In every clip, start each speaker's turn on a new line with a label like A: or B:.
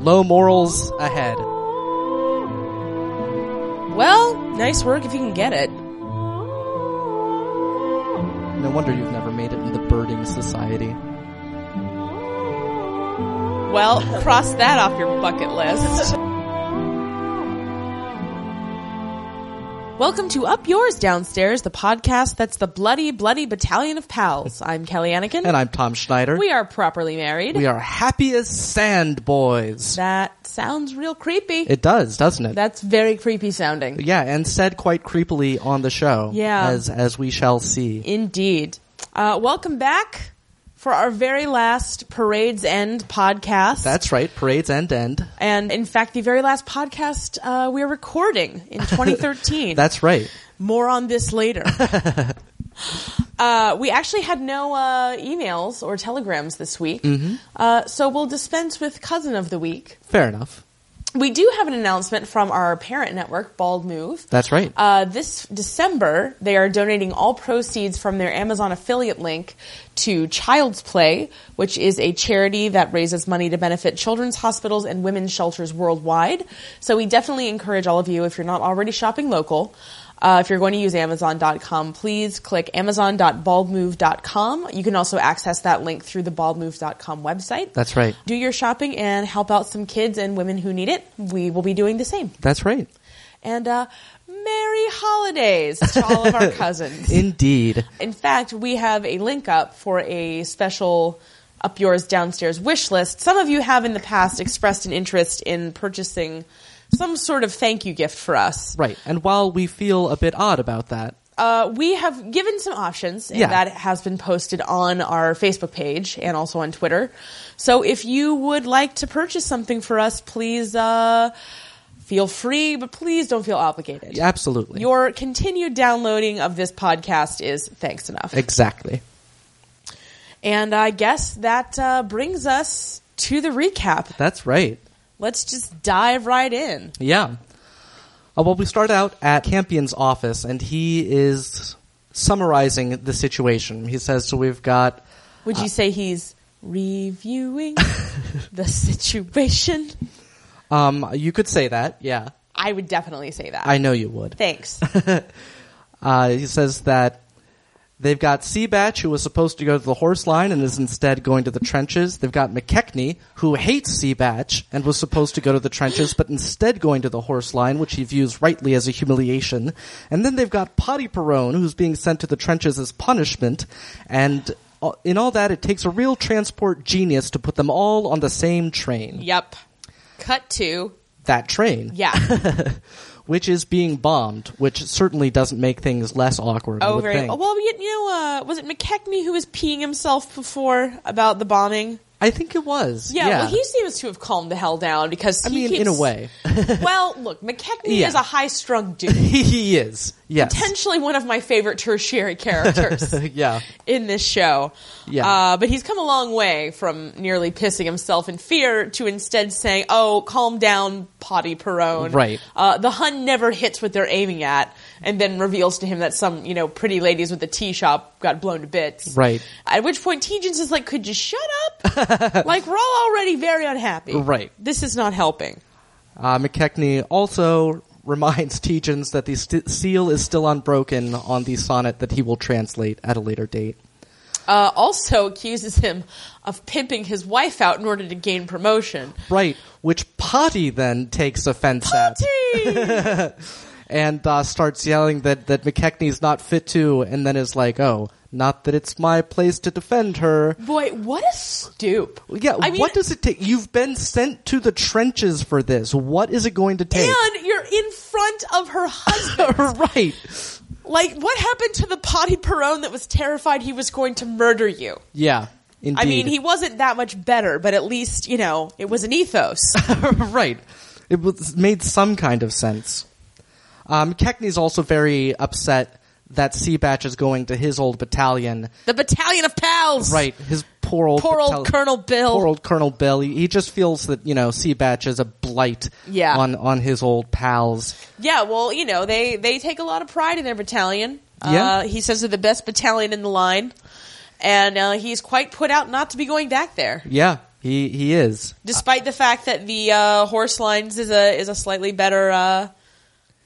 A: Low morals ahead.
B: Well, nice work if you can get it.
A: No wonder you've never made it in the birding society.
B: Well, cross that off your bucket list. Welcome to Up Yours Downstairs, the podcast that's the bloody, bloody battalion of pals. I'm Kelly Anakin.
A: And I'm Tom Schneider.
B: we are properly married.
A: We are happy as sand boys.
B: that sounds real creepy.
A: It does, doesn't it?
B: That's very creepy sounding.
A: yeah, and said quite creepily on the show.
B: Yeah.
A: As, as we shall see.
B: Indeed. Uh, welcome back for our very last Parades End podcast.
A: That's right, parades end end.
B: and in fact, the very last podcast uh, we're recording in 2013.
A: That's right.
B: More on this later. uh, we actually had no uh, emails or telegrams this week, uh, so we'll dispense with cousin of the week.
A: Fair enough.
B: We do have an announcement from our parent network, Bald Move.
A: That's right.
B: Uh, this December, they are donating all proceeds from their Amazon affiliate link to Child's Play, which is a charity that raises money to benefit children's hospitals and women's shelters worldwide. So we definitely encourage all of you, if you're not already shopping local, uh, if you're going to use Amazon.com, please click Amazon.baldmove.com. You can also access that link through the baldmove.com website.
A: That's right.
B: Do your shopping and help out some kids and women who need it. We will be doing the same
A: That's right.
B: and uh, merry holidays to all of our cousins.
A: Indeed.
B: In fact, we have a link up for a special up yours downstairs wish list. Some of you have in the past expressed an interest in purchasing some sort of thank you gift for us.
A: Right. And while we feel a bit odd about that,
B: Uh, we have given some options, and
A: Yeah.
B: that has been posted on our Facebook page and also on Twitter. So if you would like to purchase something for us, please uh, feel free, but please don't feel obligated.
A: absolutely.
B: Your continued downloading of this podcast is thanks enough.
A: exactly.
B: And I guess that uh, brings us to the recap.
A: That's right.
B: Let's just dive right in.
A: Yeah. Uh, well, we start out at Campion's office, and he is summarizing the situation. He says, "So we've got
B: Would
A: Uh,
B: you say he's reviewing the situation?
A: um, you could say that, yeah,
B: I would definitely say that.
A: I know you would."
B: thanks.
A: Uh, he says that they've got Seabatch, who was supposed to go to the horse line and is instead going to the trenches. They've got McKechnie, who hates Seabatch and was supposed to go to the trenches, but instead going to the horse line, which he views rightly as a humiliation. And then they've got Potty Perone, who's being sent to the trenches as punishment. And uh, in all that, it takes a real transport genius to put them all on the same train.
B: yep. Cut to
A: That train.
B: yeah.
A: Which is being bombed, which certainly doesn't make things less awkward. I
B: Oh,
A: would
B: very
A: think.
B: oh, well. You, you know, uh, was it McKechnie who was peeing himself before about the bombing?
A: I think it was.
B: Yeah,
A: Yeah.
B: well, he seems to have calmed the hell down because
A: I
B: he
A: mean,
B: keeps-
A: in a way,
B: well, look, McKechnie
A: Yeah.
B: is a high strung dude.
A: he is. Yes.
B: Potentially one of my favorite tertiary characters
A: yeah.
B: in this show.
A: Yeah.
B: Uh, but he's come a long way from nearly pissing himself in fear to instead saying, oh, calm down, Potty Perone.
A: Right.
B: Uh, the Hun never hits what they're aiming at and then reveals to him that some, you know, pretty ladies with a tea shop got blown to bits.
A: Right.
B: At which point, Tejans is like, could you shut up? like, we're all already very unhappy.
A: Right.
B: This is not helping.
A: Uh, McKechnie also reminds Tejans that the st- seal is still unbroken on the sonnet that he will translate at a later date.
B: uh, also accuses him of pimping his wife out in order to gain promotion.
A: Right. Which Potty then takes offense at
B: Potty!
A: and uh, starts yelling that that McKechnie's not fit to, and then is like, "Oh, not that it's my place to defend her."
B: Boy, what a stoop.
A: Yeah,
B: I mean,
A: what does it take? You've been sent to the trenches for this. What is it going to take?
B: And you're in front of her husband.
A: right.
B: like, what happened to the potty Perone that was terrified he was going to murder you?
A: Yeah. Indeed.
B: I mean, he wasn't that much better, but at least, you know, it was an ethos.
A: right. It was, made some kind of sense. Um, Keckney's also very upset that Seabatch is going to his old battalion.
B: the battalion of pals!
A: Right. His poor old
B: Poor old
A: battalion-
B: Colonel Bill.
A: Poor old Colonel Bill. He, he just feels that you know Seabatch is a blight
B: Yeah.
A: on on his old pals.
B: Yeah, well, you know, they, they take a lot of pride in their battalion. Uh,
A: Yeah.
B: he says they're the best battalion in the line. And uh, he's quite put out not to be going back there.
A: Yeah. He he is.
B: despite the fact that the uh, horse lines is a is a slightly better, uh,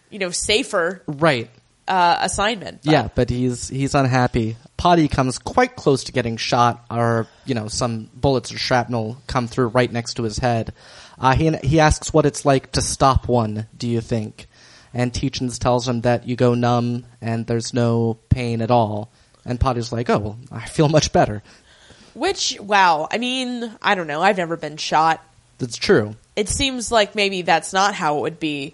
B: you know, safer
A: Right.
B: uh, assignment. but-
A: Yeah, but he's he's unhappy. Potty comes quite close to getting shot, or you know, some bullets or shrapnel come through right next to his head. Uh, he he asks what it's like to stop one. Do you think? And Teachins tells him that you go numb and there's no pain at all. And Potty's like, "Oh, well, I feel much better."
B: Which, wow, I mean, I don't know. I've never been shot.
A: That's true.
B: It seems like maybe that's not how it would be.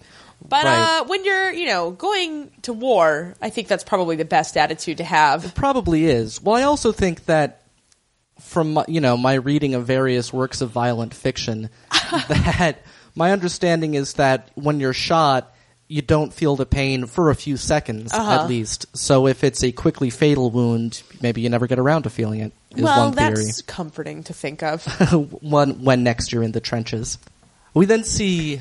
B: But
A: Right.
B: uh, when you're, you know, going to war, I think that's probably the best attitude to have.
A: Probably is. Well, I also think that from my- you know my reading of various works of violent fiction, that my understanding is that when you're shot, you don't feel the pain for a few seconds at least. So if it's a quickly fatal wound, maybe you never get around to feeling it. Is
B: well,
A: one theory.
B: that's comforting to think of.
A: one when next you're in the trenches. We then see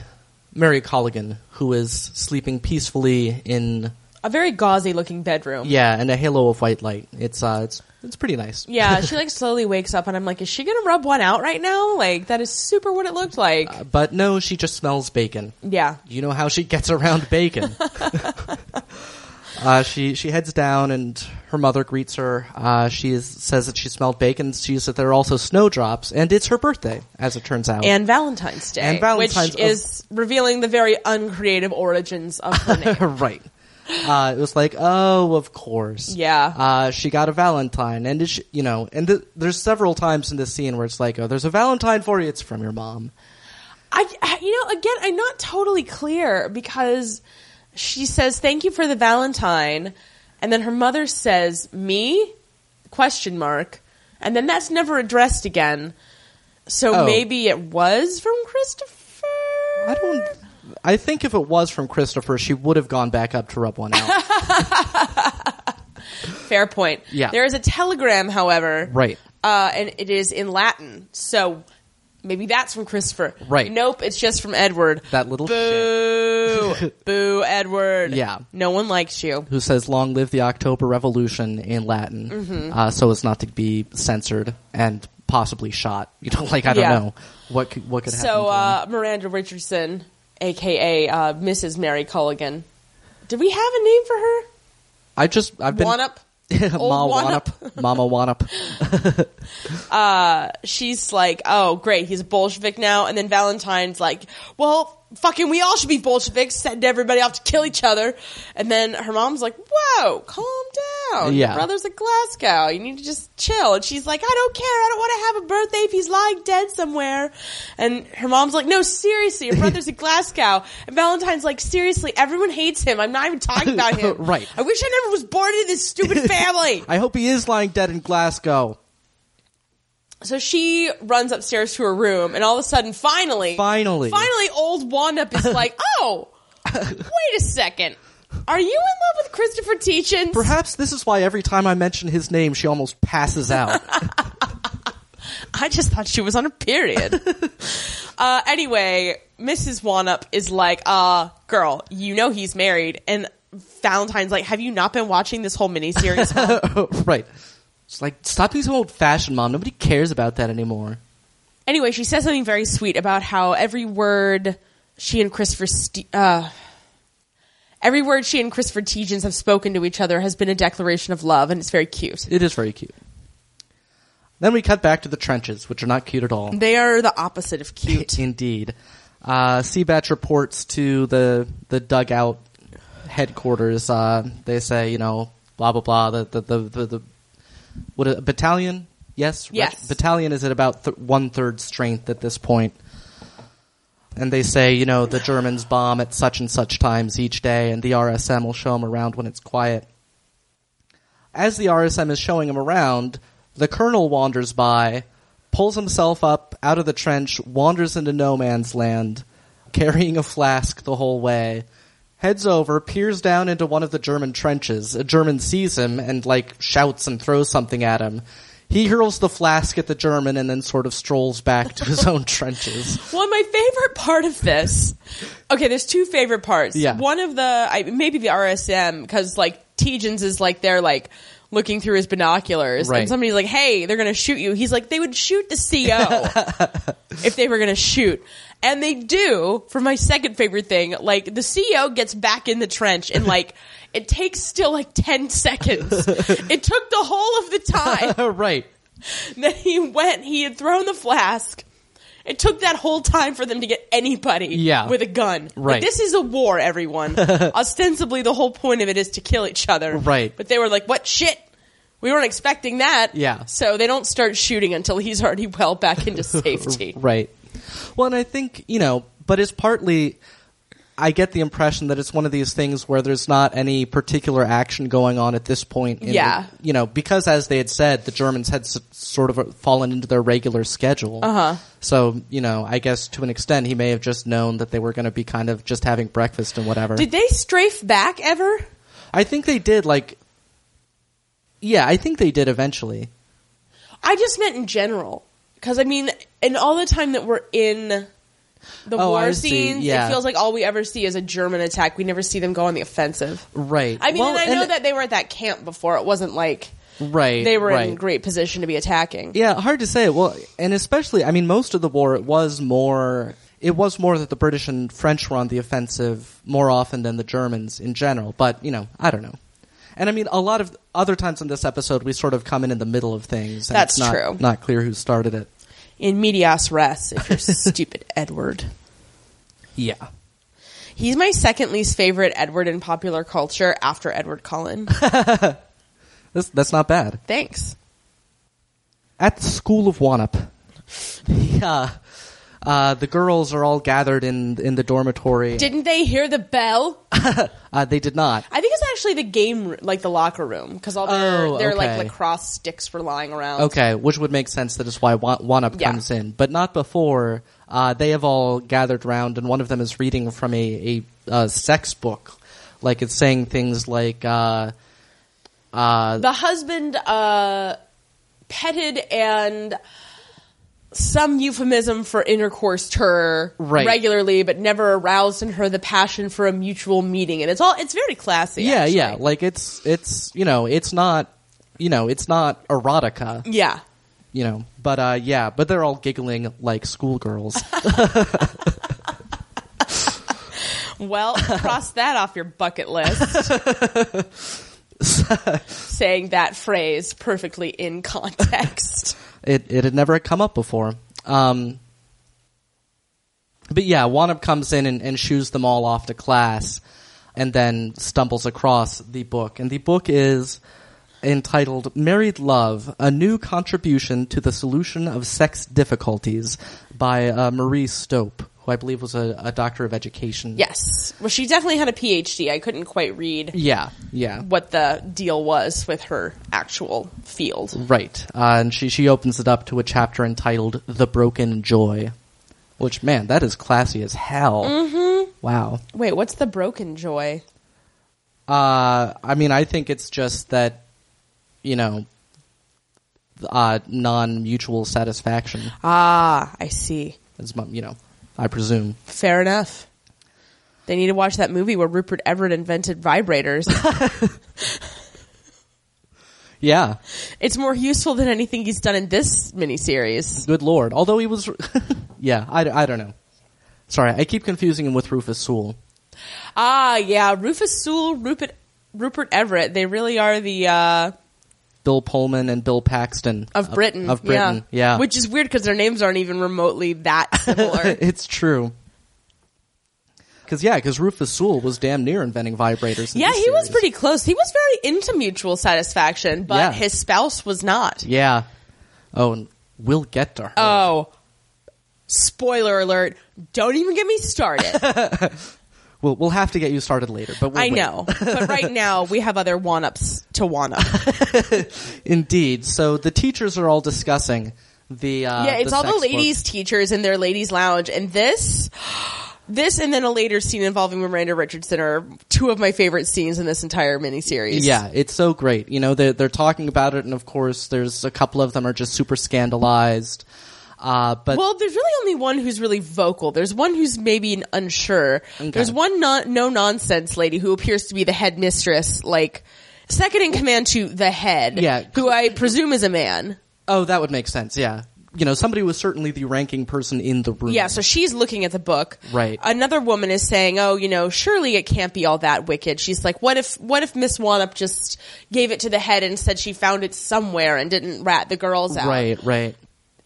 A: Mary Colligan, who is sleeping peacefully in
B: a very gauzy looking bedroom.
A: yeah, in a halo of white light. It's uh, it's it's pretty nice.
B: Yeah, she like slowly wakes up, and I'm like, is she gonna rub one out right now? Like that is super what it looked like.
A: But no, she just smells bacon.
B: yeah,
A: You know how she gets around bacon. uh, she she heads down, and her mother greets her. Uh, she is, says that she smelled bacon. She says that there are also snowdrops, and it's her birthday, as it turns out.
B: and Valentine's Day,
A: And Valentine's-
B: which is revealing the very uncreative origins of her name.
A: right. Uh, it was like, oh, of course.
B: Yeah.
A: Uh, she got a Valentine, and it's you know, and th- there's several times in this scene where it's like, oh, there's a Valentine for you. It's from your mom.
B: I, I- you know, again, I'm not totally clear because she says thank you for the Valentine, and then her mother says me question mark, and then that's never addressed again. So
A: Oh.
B: maybe it was from Christopher.
A: I don't. I think if it was from Christopher, she would have gone back up to rub one out.
B: Fair point.
A: Yeah.
B: There is a telegram, however.
A: Right.
B: Uh, and it is in Latin. So maybe that's from Christopher.
A: Right.
B: Nope, it's just from Edward.
A: That little
B: Boo. Boo, Edward.
A: Yeah.
B: No one likes you.
A: who says "Long live the October Revolution" in Latin,
B: Mm-hmm.
A: uh, so as not to be censored and possibly shot. You know, like I don't
B: Yeah.
A: know what could, what could happen.
B: So
A: to him.
B: uh, Miranda Richardson, aka uh, Mrs. Mary Culligan. Did we have a name for her?
A: I just I've been
B: Wanup?
A: Ma
B: Old
A: Wanup, Mama Wanup.
B: She's like, oh, great, he's a Bolshevik now. And then Valentine's like, well, fucking, we all should be Bolsheviks, send everybody off to kill each other. And then her mom's like, whoa, calm down.
A: Yeah.
B: Your brother's in Glasgow. You need to just chill. And she's like, I don't care. I don't want to have a birthday if he's lying dead somewhere. And her mom's like, no, seriously, your brother's in Glasgow. And Valentine's like, seriously, everyone hates him. I'm not even talking about him.
A: Right.
B: I wish I never was born into this stupid family.
A: I hope he is lying dead in Glasgow.
B: So she runs upstairs to her room, and all of a sudden, finally,
A: Finally.
B: finally, old Wandup is like, "Oh, wait a second, are you in love with Christopher Teachins?"
A: Perhaps this is why every time I mention his name, she almost passes out.
B: I just thought she was on a period. uh, anyway, Mrs. Wandup is like, "Uh, girl, you know he's married," and Valentine's like, "Have you not been watching this whole miniseries?" Mom?"
A: right. It's like stop being so old fashioned, mom. Nobody cares about that anymore.
B: anyway, she says something very sweet about how every word she and Christopher St- uh, every word she and Christopher Teigens have spoken to each other has been a declaration of love, and it's very cute.
A: It is very cute. Then we cut back to the trenches, which are not cute at all.
B: They are the opposite of cute.
A: Indeed. Uh, Seabatch reports to the the dugout headquarters. Uh, they say, you know, blah blah blah. The the the, the, the what a battalion? Yes, reg-
B: Yes.
A: Battalion is at about th- one third strength at this point. And they say, you know, the Germans bomb at such and such times each day, and the RSM will show them around when it's quiet as the RSM is showing him around, the colonel wanders by, pulls himself up out of the trench, wanders into no man's land, carrying a flask the whole way. Heads over, peers down into one of the German trenches. A German sees him and like shouts and throws something at him. He hurls the flask at the German and then sort of strolls back to his own trenches.
B: Well, my favorite part of this. Okay, there's two favorite parts.
A: Yeah.
B: One of the I, maybe the RSM because like Tejans is like they're like looking through his binoculars,
A: Right.
B: and somebody's like, "Hey, they're gonna shoot you." He's like, "They would shoot the CO if they were gonna shoot." And they do for my second favorite thing. Like the CEO gets back in the trench and like it takes still like ten seconds. it took the whole of the time
A: right.
B: then he went, he had thrown the flask. It took that whole time for them to get anybody
A: Yeah.
B: with a gun. Like,
A: Right.
B: this is a war, everyone. Ostensibly, the whole point of it is to kill each other.
A: Right.
B: But they were like, what shit? We weren't expecting that.
A: Yeah.
B: So they don't start shooting until he's already well back into safety.
A: Right. Well, and I think, you know, but it's partly, I get the impression that it's one of these things where there's not any particular action going on at this point. In
B: Yeah.
A: The, you know, because as they had said, the Germans had s- sort of fallen into their regular schedule. Uh
B: Uh-huh.
A: huh. So, you know, I guess to an extent, he may have just known that they were going to be kind of just having breakfast and whatever.
B: Did they strafe back ever?
A: I think they did, like, yeah, I think they did eventually.
B: I just meant in general. Because, I mean, in all the time that we're in the
A: Oh, I
B: war
A: see.
B: scenes,
A: Yeah.
B: it feels like all we ever see is a German attack. We never see them go on the offensive.
A: Right.
B: I mean,
A: Well,
B: and I know that they were at that camp before. It wasn't like
A: Right.
B: they were in
A: right.
B: great position to be attacking.
A: Yeah, hard to say. Well, and especially, I mean, most of the war it was more it was more that the British and French were on the offensive more often than the Germans in general. But you know, I don't know. And I mean, a lot of other times in this episode, we sort of come in in the middle of things. And
B: That's
A: it's not,
B: true.
A: Not clear who started it.
B: In medias res, if you're stupid Edward.
A: Yeah.
B: He's my second least favorite Edward in popular culture after Edward Cullen.
A: That's, that's not bad.
B: Thanks.
A: At the school of Wanup, yeah, uh, the girls are all gathered in in the dormitory.
B: Didn't they hear the bell?
A: uh, they did not.
B: I think it's actually the game, ro- like the locker room, because all their,
A: Oh,
B: their like
A: okay.
B: lacrosse sticks were lying around.
A: Okay, which would make sense. That is why Wa- Wanup
B: Yeah.
A: comes in, but not before uh, they have all gathered round, and one of them is reading from a, a, uh sex book, like it's saying things like, uh, uh,
B: The husband uh, petted and some euphemism for intercourse her
A: Right.
B: regularly, but never aroused in her the passion for a mutual meeting. And it's all it's very classy.
A: "Yeah,
B: actually.
A: yeah," like it's it's you know it's not you know it's not erotica,
B: yeah.
A: you know, but uh, yeah, but they're all giggling like schoolgirls.
B: Well, cross that off your bucket list. Saying that phrase perfectly in context.
A: It it had never come up before. Um, but yeah, Wanup comes in and, and shoos them all off to class, and then stumbles across the book. And the book is entitled "Married Love: A New Contribution to the Solution of Sex Difficulties" by uh, Marie Stope, who I believe was a, a doctor of education.
B: Yes. Well, she definitely had a PhD. I couldn't quite read
A: yeah, yeah.
B: what the deal was with her actual field.
A: Right. Uh, and she, she opens it up to a chapter entitled The Broken Joy. Which, man, that is classy as hell. Mm-hmm. Wow.
B: Wait, what's the broken joy?
A: Uh, I mean, I think it's just that, you know, uh, non mutual satisfaction
B: Ah, I see.
A: is, mu- you know, I presume.
B: Fair enough. They need to watch that movie where Rupert Everett invented vibrators.
A: Yeah.
B: it's more useful than anything he's done in this miniseries.
A: Good lord. Although he was. yeah, I, I don't know. Sorry, I keep confusing him with Rufus Sewell.
B: Ah, yeah, Rufus Sewell, Rupert Rupert Everett. They really are the uh,
A: Bill Pullman and Bill Paxton.
B: of Britain.
A: Of, Britain, yeah.
B: Which is weird because their names aren't even remotely that similar.
A: it's true. Because yeah, because Rufus Sewell was damn near inventing vibrators. in
B: yeah,
A: this
B: he was
A: series.
B: pretty close. He was very into mutual satisfaction, but
A: Yeah.
B: his spouse was not.
A: Yeah. Oh, and we'll get to her.
B: Oh, spoiler alert! Don't even get me started.
A: we'll we'll have to get you started later. But we'll
B: I
A: wait.
B: know, but right now we have other one ups to one up.
A: Indeed. So the teachers are all discussing the. Uh,
B: yeah, it's all the
A: sex
B: ladies'
A: book.
B: teachers in their ladies' lounge, and this, this, and then a later scene involving Miranda Richardson are two of my favorite scenes in this entire miniseries.
A: Yeah, it's so great. You know, they're they're talking about it, and of course, there's a couple of them are just super scandalized. Uh, but
B: Well, there's really only one who's really vocal. There's one who's maybe an unsure. There's one no nonsense lady who appears to be the headmistress, like second in command to the head,
A: Yeah.
B: who I presume is a man.
A: Oh, that would make sense. Yeah. You know, somebody was certainly the ranking person in the room.
B: Yeah, so she's looking at the book.
A: Right.
B: Another woman is saying, "Oh, you know, surely it can't be all that wicked." She's like, "What if what if Miss Wanup just gave it to the head and said she found it somewhere and didn't rat the girls out?"
A: Right, right.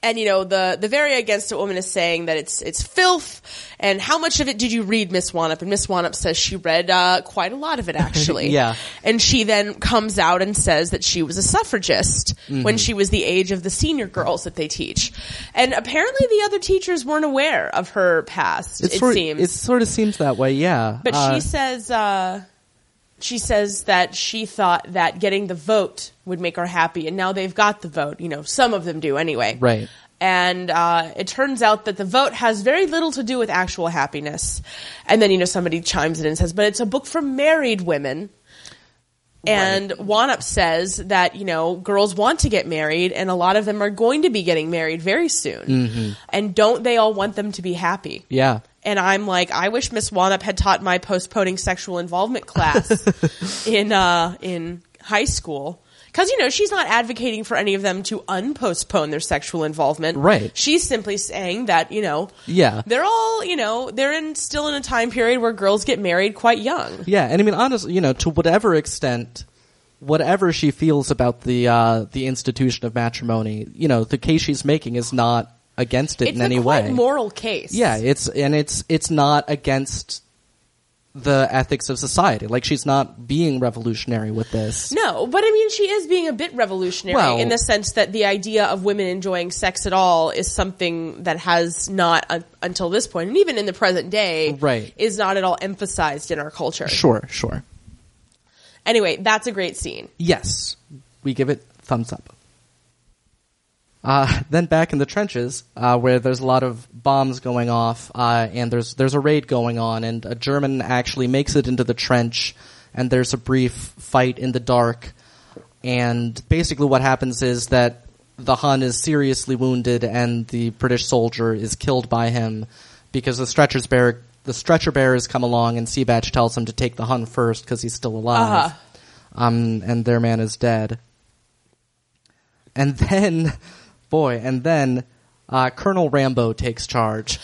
B: And you know, the the very against it woman is saying that it's it's filth and how much of it did you read, Miss Wanup? And Miss Wanup says she read uh, quite a lot of it actually.
A: Yeah.
B: And she then comes out and says that she was a suffragist
A: Mm-hmm.
B: when she was the age of the senior girls that they teach. And apparently the other teachers weren't aware of her past,
A: It's
B: it
A: sort,
B: seems.
A: It sort of seems that way, yeah.
B: but
A: Uh,
B: she says uh, she says that she thought that getting the vote would make her happy, and now they've got the vote. You know, some of them do anyway.
A: Right.
B: And uh, it turns out that the vote has very little to do with actual happiness. And then you know somebody chimes in and says, "But it's a book for married women." And Wanup says that, you know, girls want to get married and a lot of them are going to be getting married very soon.
A: Mm-hmm.
B: And don't they all want them to be happy?
A: Yeah.
B: And I'm like, I wish Miss Wanup had taught my postponing sexual involvement class in uh, in high school. Because you know she's not advocating for any of them to unpostpone their sexual involvement.
A: Right.
B: She's simply saying that you know
A: Yeah.
B: they're all you know they're in still in a time period where girls get married quite young.
A: Yeah, and I mean, honestly, you know, to whatever extent, whatever she feels about the uh, the institution of matrimony, you know, the case she's making is not against it
B: It's
A: in
B: a
A: any
B: quite
A: way.
B: moral case.
A: yeah, it's and it's it's not against the ethics of society. Like she's not being revolutionary with this.
B: No, but I mean, she is being a bit revolutionary
A: Well-
B: in the sense that the idea of women enjoying sex at all is something that has not un- until this point, and even in the present day,
A: Right.
B: is not at all emphasized in our culture.
A: Sure, sure.
B: Anyway, that's a great scene.
A: Yes, we give it thumbs up. Uh, then back in the trenches, uh, where there's a lot of bombs going off, uh, and there's there's a raid going on, and a German actually makes it into the trench, and there's a brief fight in the dark, and basically what happens is that the Hun is seriously wounded, and the British soldier is killed by him because the stretchers bear the stretcher bearers come along, and Seabatch tells him to take the Hun first because he's still alive,
B: Uh-huh.
A: um, and their man is dead. And then, boy, and then uh, Colonel Rambo takes charge.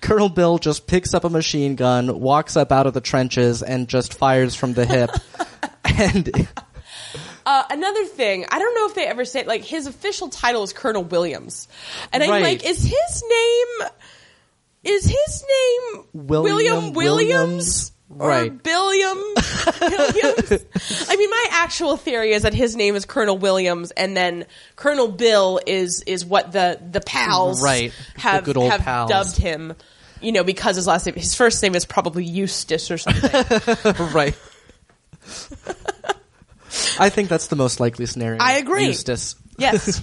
A: Colonel Bill just picks up a machine gun, walks up out of the trenches, and just fires from the hip. and
B: Uh, another thing, I don't know if they ever say like his official title is Colonel Williams, and I'm
A: Right.
B: like, is his name is his name
A: William
B: William Williams?
A: Williams?
B: Or
A: Right.
B: Billiam Williams. I mean, my actual theory is that his name is Colonel Williams, and then Colonel Bill is is what the the pals
A: Right. The
B: have
A: good old
B: have
A: pals.
B: dubbed him. You know, because his last name, his first name is probably Eustace or something.
A: right. I think that's the most likely scenario.
B: I agree.
A: Eustace.
B: Yes,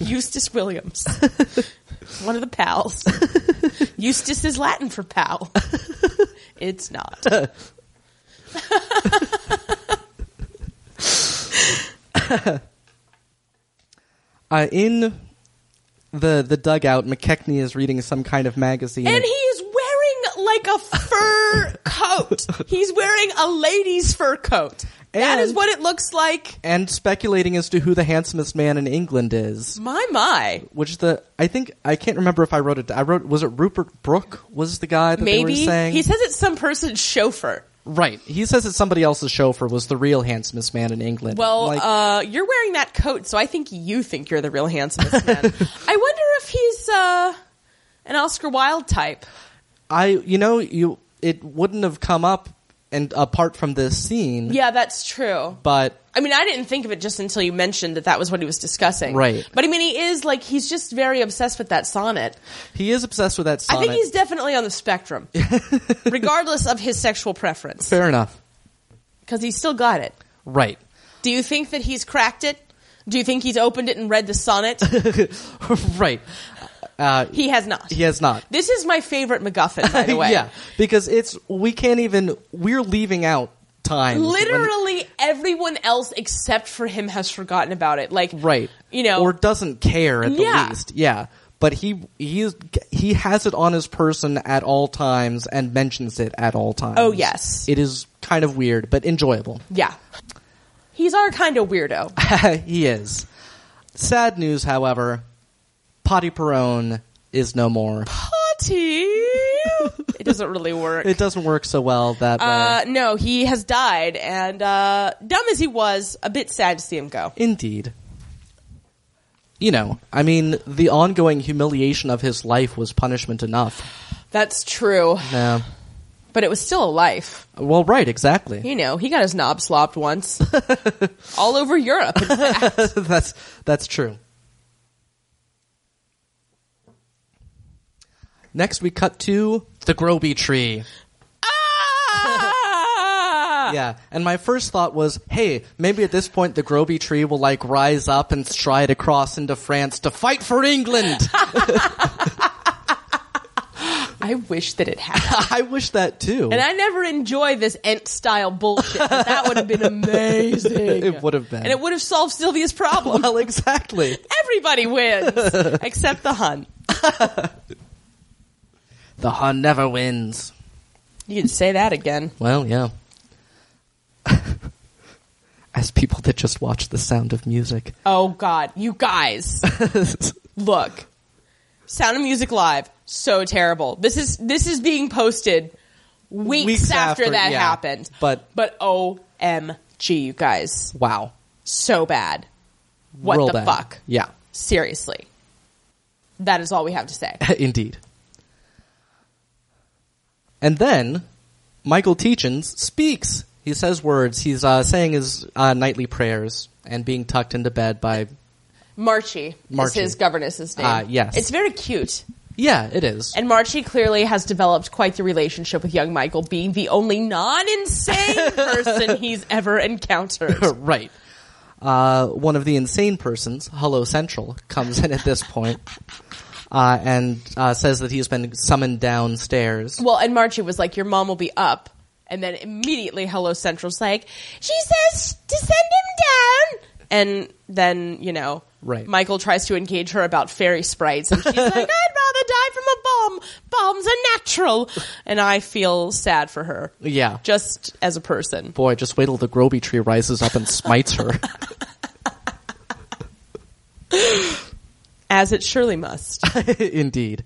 B: Eustace Williams. One of the pals. Eustace is Latin for pal. It's not.
A: Uh, in the the dugout, McKechnie is reading some kind of magazine.
B: And he is wearing like a fur coat. He's wearing a lady's fur coat.
A: And-
B: that is what it looks like.
A: and speculating as to who the handsomest man in England is.
B: My my.
A: which the I think I can't remember if I wrote it. I wrote was it Rupert Brooke was the guy that
B: Maybe
A: they were saying
B: he says it's some person's chauffeur.
A: right. He says that somebody else's chauffeur was the real handsomest man in England.
B: Well,
A: Like,
B: uh, you're wearing that coat, so I think you think you're the real handsomest man. I wonder if he's uh, an Oscar Wilde type.
A: I you know you it wouldn't have come up and apart from this scene,
B: Yeah, that's true.
A: but
B: I mean, I didn't think of it just until you mentioned that that was what he was discussing.
A: Right.
B: But I mean, he is like, he's just very obsessed with that sonnet.
A: he is obsessed with that
B: I
A: sonnet.
B: think he's definitely on the spectrum, regardless of his sexual preference,
A: fair enough.
B: because he's still got it.
A: Right.
B: Do you think that he's cracked it? Do you think he's opened it and read the sonnet?
A: right.
B: he has not.
A: He has not.
B: This is my favorite MacGuffin, by the way.
A: yeah, because it's we can't even we're leaving out time.
B: Literally everyone else except for him has forgotten about it. Like,
A: Right.
B: You know,
A: or doesn't care at the
B: Yeah.
A: least. Yeah. but he he is, he has it on his person at all times and mentions it at all times.
B: Oh, yes.
A: it is kind of weird but enjoyable.
B: Yeah. He's our kind of weirdo.
A: he is. Sad news, however, Potty Perone is no more.
B: Potty. it doesn't really work.
A: It doesn't work so well that way.
B: Uh, no, he has died, and uh, dumb as he was, a bit sad to see him go.
A: Indeed. You know, I mean, the ongoing humiliation of his life was punishment enough.
B: That's true,
A: No.
B: but it was still a life.
A: Well, right, exactly.
B: You know, he got his knob slopped once, all over Europe.
A: that's that's true. Next, we cut to the Groby tree.
B: ah!
A: Yeah, and my first thought was, hey, maybe at this point the Groby tree will like rise up and stride across into France to fight for England.
B: I wish that it happened.
A: I wish that too.
B: And I never enjoy this Ent style bullshit. but that would have been amazing.
A: It would have been.
B: And it would have solved Sylvia's problem.
A: well, exactly.
B: Everybody wins except the Hun.
A: The Hun never wins.
B: You can say that again.
A: Well, yeah. As people that just watch The Sound of Music.
B: Oh God, you guys, look, Sound of Music live, so terrible. This is this is being posted weeks,
A: Weeks
B: after,
A: after,
B: that
A: yeah.
B: happened.
A: But-
B: but OMG, you guys,
A: Wow.
B: so bad. What
A: Real
B: the
A: bad.
B: fuck?
A: Yeah,
B: Seriously, that is all we have to say.
A: indeed. And then Michael Teachins speaks. He says words. He's uh, saying his uh, nightly prayers and being tucked into bed by.
B: Marchie, is
A: Marchie.
B: his governess's name.
A: Ah, yes.
B: it's very cute.
A: Yeah, it is.
B: And Marchie clearly has developed quite the relationship with young Michael, being the only non-insane person he's ever encountered.
A: right. Uh, one of the insane persons, Hello Central, comes in at this point uh, and uh, says that he's been summoned downstairs.
B: Well, and Marchie was like, "Your mom will be up," and then immediately Hello Central's like, "She says to send him down," and then you know,
A: Right.
B: Michael tries to engage her about fairy sprites, and she's like, "I'd rather die from a bomb. Bombs are natural," and I feel sad for her,
A: Yeah.
B: just as a person.
A: Boy, just wait till the Groby tree rises up and smites her.
B: As it surely must.
A: Indeed.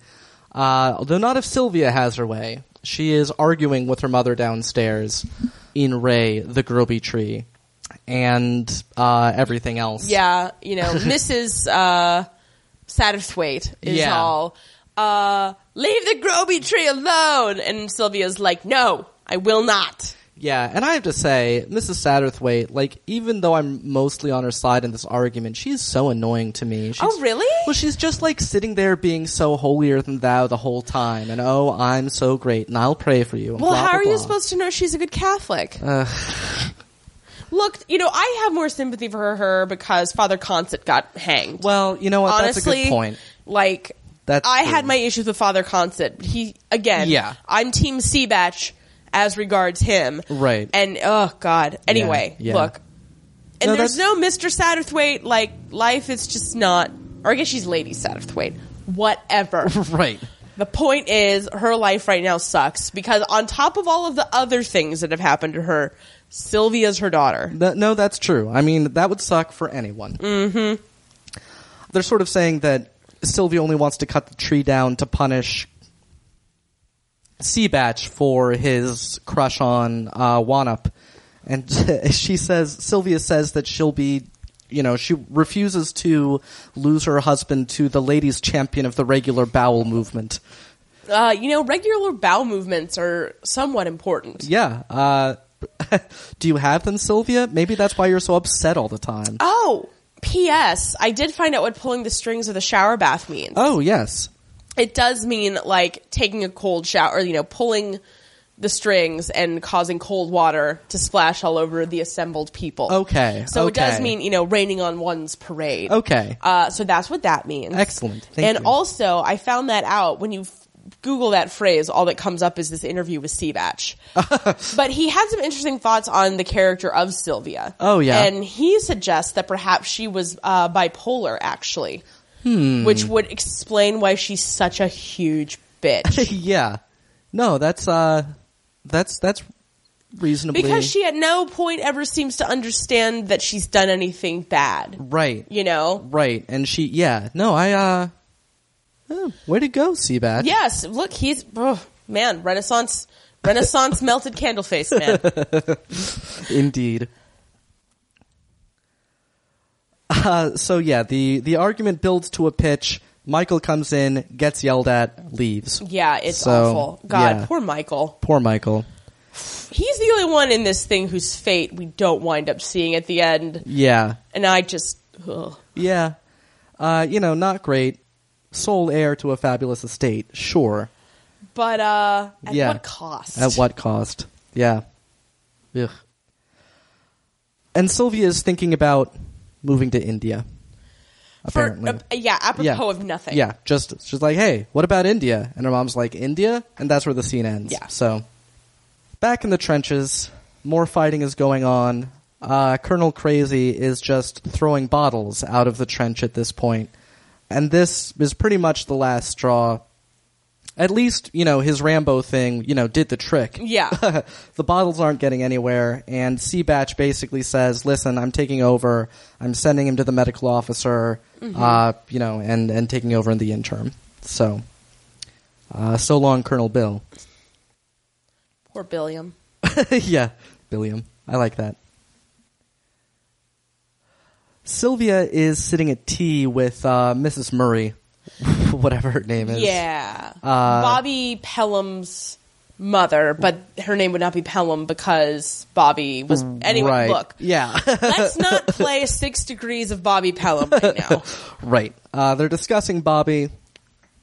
A: Uh, although not if Sylvia has her way. She is arguing with her mother downstairs in Ray, the Groby tree, and uh, everything else.
B: Yeah, you know, Mrs. Uh, Satterthwaite is
A: Yeah.
B: all, uh, leave the Groby tree alone. And Sylvia's like, no, I will not.
A: Yeah, and I have to say, Mrs. Satterthwaite, like, even though I'm mostly on her side in this argument, she's so annoying to me. She's,
B: Oh, really?
A: Well, she's just like sitting there being so holier than thou the whole time, and oh, I'm so great, and I'll pray for you. and
B: Well,
A: blah,
B: how
A: blah, Uh.
B: are you
A: blah.
B: supposed to know she's a good Catholic? Look, you know, I have more sympathy for her because Father Constant got hanged.
A: Well, you know what?
B: Honestly,
A: That's a good point.
B: Like,
A: That's
B: I
A: true.
B: had my issues with Father Constant. He again,
A: Yeah.
B: I'm Team Seabatch as regards him,
A: Right.
B: And oh God. Anyway,
A: yeah.
B: look, and
A: No,
B: there's no
A: that's-
B: Mister Satterthwaite. Like life is just not, or I guess she's Lady Satterthwaite. Whatever.
A: Right.
B: The point is, her life right now sucks because on top of all of the other things that have happened to her, Sylvia's her daughter.
A: Th- no, that's true. I mean, that would suck for anyone. Mm-hmm. They're sort of saying that Sylvia only wants to cut the tree down to punish Seabatch for his crush on uh, Wanup. And she says, Sylvia says that she'll be, you know, she refuses to lose her husband to the ladies' champion of the regular bowel movement.
B: Uh, you know, regular bowel movements are somewhat important.
A: Yeah. Uh, do you have them, Sylvia? Maybe that's why you're so upset all the time.
B: Oh, P.S. I did find out what pulling the strings of the shower bath means.
A: oh, yes.
B: It does mean like taking a cold shower, or, you know, pulling the strings and causing cold water to splash all over the assembled people.
A: Okay,
B: So it does
A: okay.
B: mean, you know, raining on one's parade.
A: Okay.
B: Uh, so that's what that means.
A: Excellent. Thank
B: and
A: you.
B: also, I found that out when you f- Google that phrase, all that comes up is this interview with Seabatch. but he had some interesting thoughts on the character of Sylvia.
A: Oh, yeah.
B: And he suggests that perhaps she was uh, bipolar, actually.
A: Hmm.
B: which would explain why she's such a huge bitch.
A: yeah. No, that's uh, that's that's reasonably
B: because she at no point ever seems to understand that she's done anything bad.
A: right.
B: You know?
A: Right, and she yeah. No, I uh, oh, way to go, Seabat.
B: Yes, look, he's ugh, man, Renaissance Renaissance melted candle face, man.
A: Indeed. Uh, so yeah, the the argument builds to a pitch. Michael comes in, gets yelled at, leaves.
B: Yeah, it's
A: So,
B: awful. God,
A: yeah.
B: poor Michael.
A: Poor Michael.
B: He's the only one in this thing whose fate we don't wind up seeing at the end.
A: Yeah,
B: And I just ugh.
A: yeah. Uh, you know, not great. Sole heir to a fabulous estate, sure.
B: But uh at
A: Yeah.
B: what cost?
A: At what cost? Yeah. Ugh. And Sylvia is thinking about moving to India.
B: For,
A: Apparently.
B: uh, yeah, apropos of nothing.
A: Yeah, just she's like, hey, what about India? And her mom's like, India, and that's where the scene ends.
B: Yeah.
A: So, back in the trenches, more fighting is going on. Uh, Colonel Crazy is just throwing bottles out of the trench at this point, and this is pretty much the last straw. At least, you know, his Rambo thing, you know, did the trick.
B: Yeah.
A: the bottles aren't getting anywhere, and Seabatch basically says, "Listen, I'm taking over. I'm sending him to the medical officer,
B: Mm-hmm.
A: uh, you know, and and taking over in the interim." So, uh, so long, Colonel Bill.
B: Poor Billiam.
A: yeah, Billiam. I like that. Sylvia is sitting at tea with uh, Mrs. Murray, whatever her name is. uh,
B: Yeah. Bobby Pelham's mother, but her name would not be Pelham because Bobby was. Anyway,
A: right.
B: look.
A: Yeah.
B: Let's not play six degrees of Bobby Pelham right now.
A: Right. Uh, they're discussing Bobby,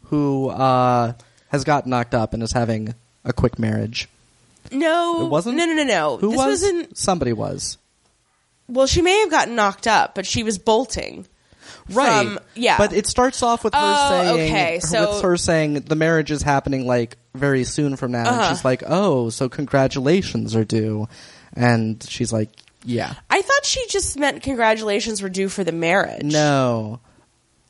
A: who uh, has got knocked up and is having a quick marriage.
B: No.
A: It wasn't.
B: No, no, no, no.
A: Who
B: this
A: was?
B: not
A: Somebody was.
B: Well, she may have gotten knocked up, but she was bolting.
A: Right.
B: From- yeah.
A: But it starts off with her
B: Oh,
A: saying,
B: okay, so-
A: with her saying the marriage is happening like very soon from now.
B: Uh-huh.
A: And she's like, "Oh, so congratulations are due," and she's like, "Yeah,
B: I thought she just meant congratulations were due for the marriage.
A: no."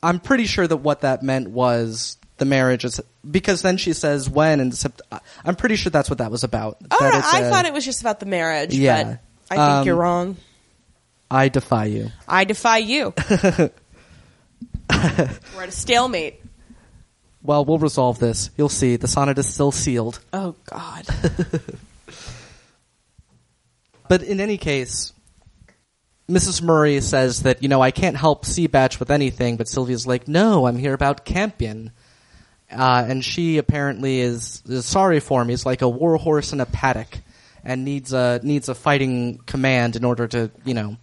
A: I'm pretty sure that what that meant was the marriage is because then she says when and sept- I'm pretty sure that's what that was about.
B: All
A: That
B: right,
A: it's
B: Oh, I
A: a-
B: thought it was just about the marriage,
A: Yeah.
B: but I think
A: Um,
B: you're wrong.
A: I defy you.
B: I defy you. We're at a stalemate.
A: Well, we'll resolve this. You'll see. The sonnet is still sealed.
B: Oh God.
A: Uh, But in any case, Mrs. Murray says that, you know, I can't help Seabatch with anything, but Sylvia's like, no, I'm here about Campion. Uh, and she apparently is, is sorry for him. He's like a war horse in a paddock and needs a, needs a fighting command in order to, you know,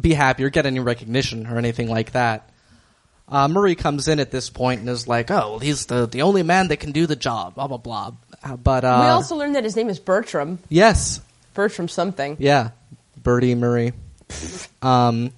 A: be happy or get any recognition or anything like that. Uh, Murray comes in at this point and is like, oh, well, he's the, the only man that can do the job, blah, blah, blah. Uh, But, uh,
B: we also learned that his name is Bertram.
A: yes,
B: Bertram something.
A: yeah, Birdie Murray. Um,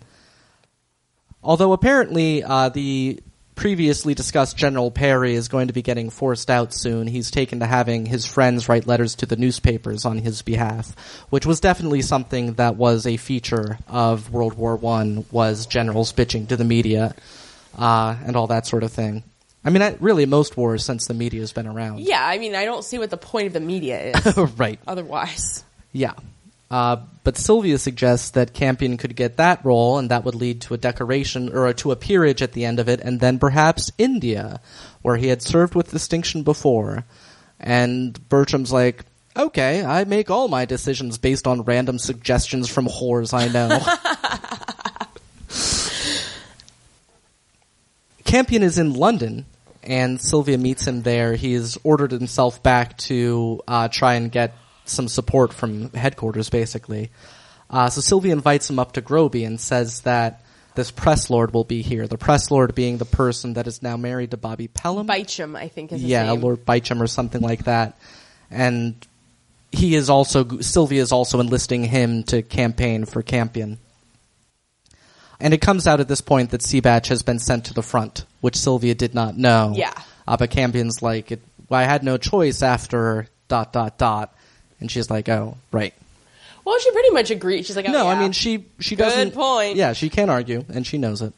A: although apparently uh, the previously discussed General Perry is going to be getting forced out soon. He's taken to having his friends write letters to the newspapers on his behalf, which was definitely something that was a feature of World War One was generals bitching to the media uh, and all that sort of thing. I mean, I, really, most wars since the media has been around.
B: Yeah, I mean, I don't see what the point of the media is
A: right.
B: otherwise.
A: Yeah. Uh, but Sylvia suggests that Campion could get that role, and that would lead to a decoration or to a peerage at the end of it, and then perhaps India, where he had served with distinction before. And Bertram's like, "Okay, I make all my decisions based on random suggestions from whores I know." Campion is in London, and Sylvia meets him there. He's ordered himself back to uh, try and get some support from headquarters, basically. Uh, so Sylvia invites him up to Groby and says that this press lord will be here. The press lord being the person that is now married to Bobby Pelham
B: Bycham, I think, is his
A: yeah,
B: name.
A: Lord Bycham or something like that. And he is also Sylvia is also enlisting him to campaign for Campion. And it comes out at this point that Seabatch has been sent to the front, which Sylvia did not know.
B: Yeah.
A: Uh, but Campion's like, it, well, I had no choice after dot dot dot, and she's like, oh right.
B: Well, she pretty much agreed. She's like, oh,
A: No,
B: yeah.
A: I mean she she
B: Good
A: doesn't.
B: point.
A: Yeah, she can't argue, and she knows it.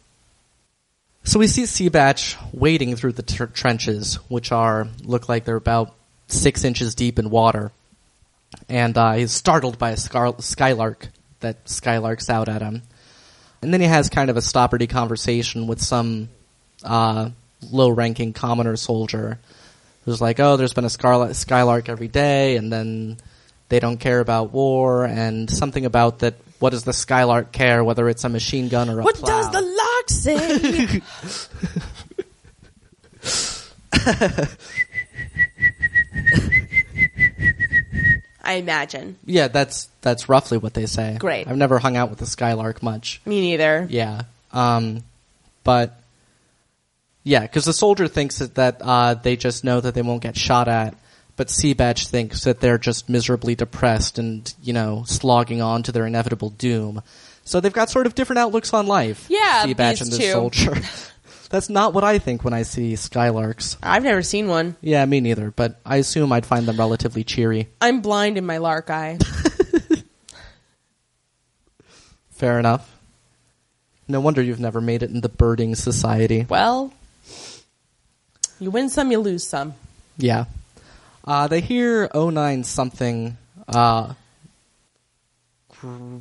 A: So we see Seabatch wading through the tr- trenches, which are look like they're about six inches deep in water, and uh, he's startled by a scar- skylark that skylarks out at him, and then he has kind of a stopperty conversation with some uh, low-ranking commoner soldier who's like, "Oh, there's been a scarlet skylark every day, and then they don't care about war, and something about that. What does the skylark care whether it's a machine gun or a
B: What
A: plow?
B: does the lark say? I imagine.
A: Yeah, that's that's roughly what they say.
B: Great.
A: I've never hung out with a skylark much.
B: Me neither.
A: Yeah. Um, but yeah, because the soldier thinks that, that uh, they just know that they won't get shot at, but Seabatch thinks that they're just miserably depressed and you know slogging on to their inevitable doom. So they've got sort of different outlooks on life.
B: Yeah,
A: Seabatch
B: these
A: and the
B: two.
A: soldier. That's not what I think when I see skylarks.
B: I've never seen one.
A: Yeah, me neither. But I assume I'd find them relatively cheery.
B: I'm blind in my lark eye.
A: Fair enough. No wonder you've never made it in the birding society.
B: Well, you win some, you lose some.
A: Yeah. Uh, they hear 09 something. Uh,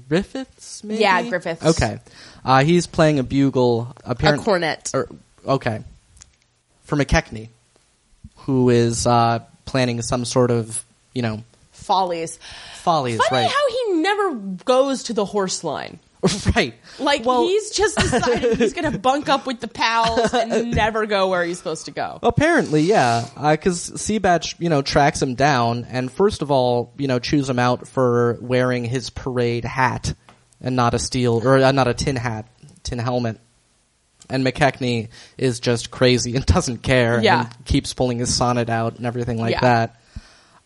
A: Griffiths, maybe?
B: Yeah, Griffiths.
A: Okay. Uh, he's playing a bugle.
B: A
A: Apparent-
B: cornet.
A: Or, okay. For McKechnie, who is uh, planning some sort of, you know,
B: Follies.
A: follies,
B: Funny
A: right?
B: how he never goes to the horse line.
A: right.
B: Like
A: Well-
B: he's just decided he's going to bunk up with the pals and never go where he's supposed to go.
A: Apparently, yeah, because Seabatch, you know, tracks him down, and first of all, you know, chews him out for wearing his parade hat and not a steel or uh, not a tin hat, tin helmet. And McKechnie is just crazy and doesn't care,
B: Yeah.
A: and keeps pulling his sonnet out and everything like
B: Yeah.
A: that.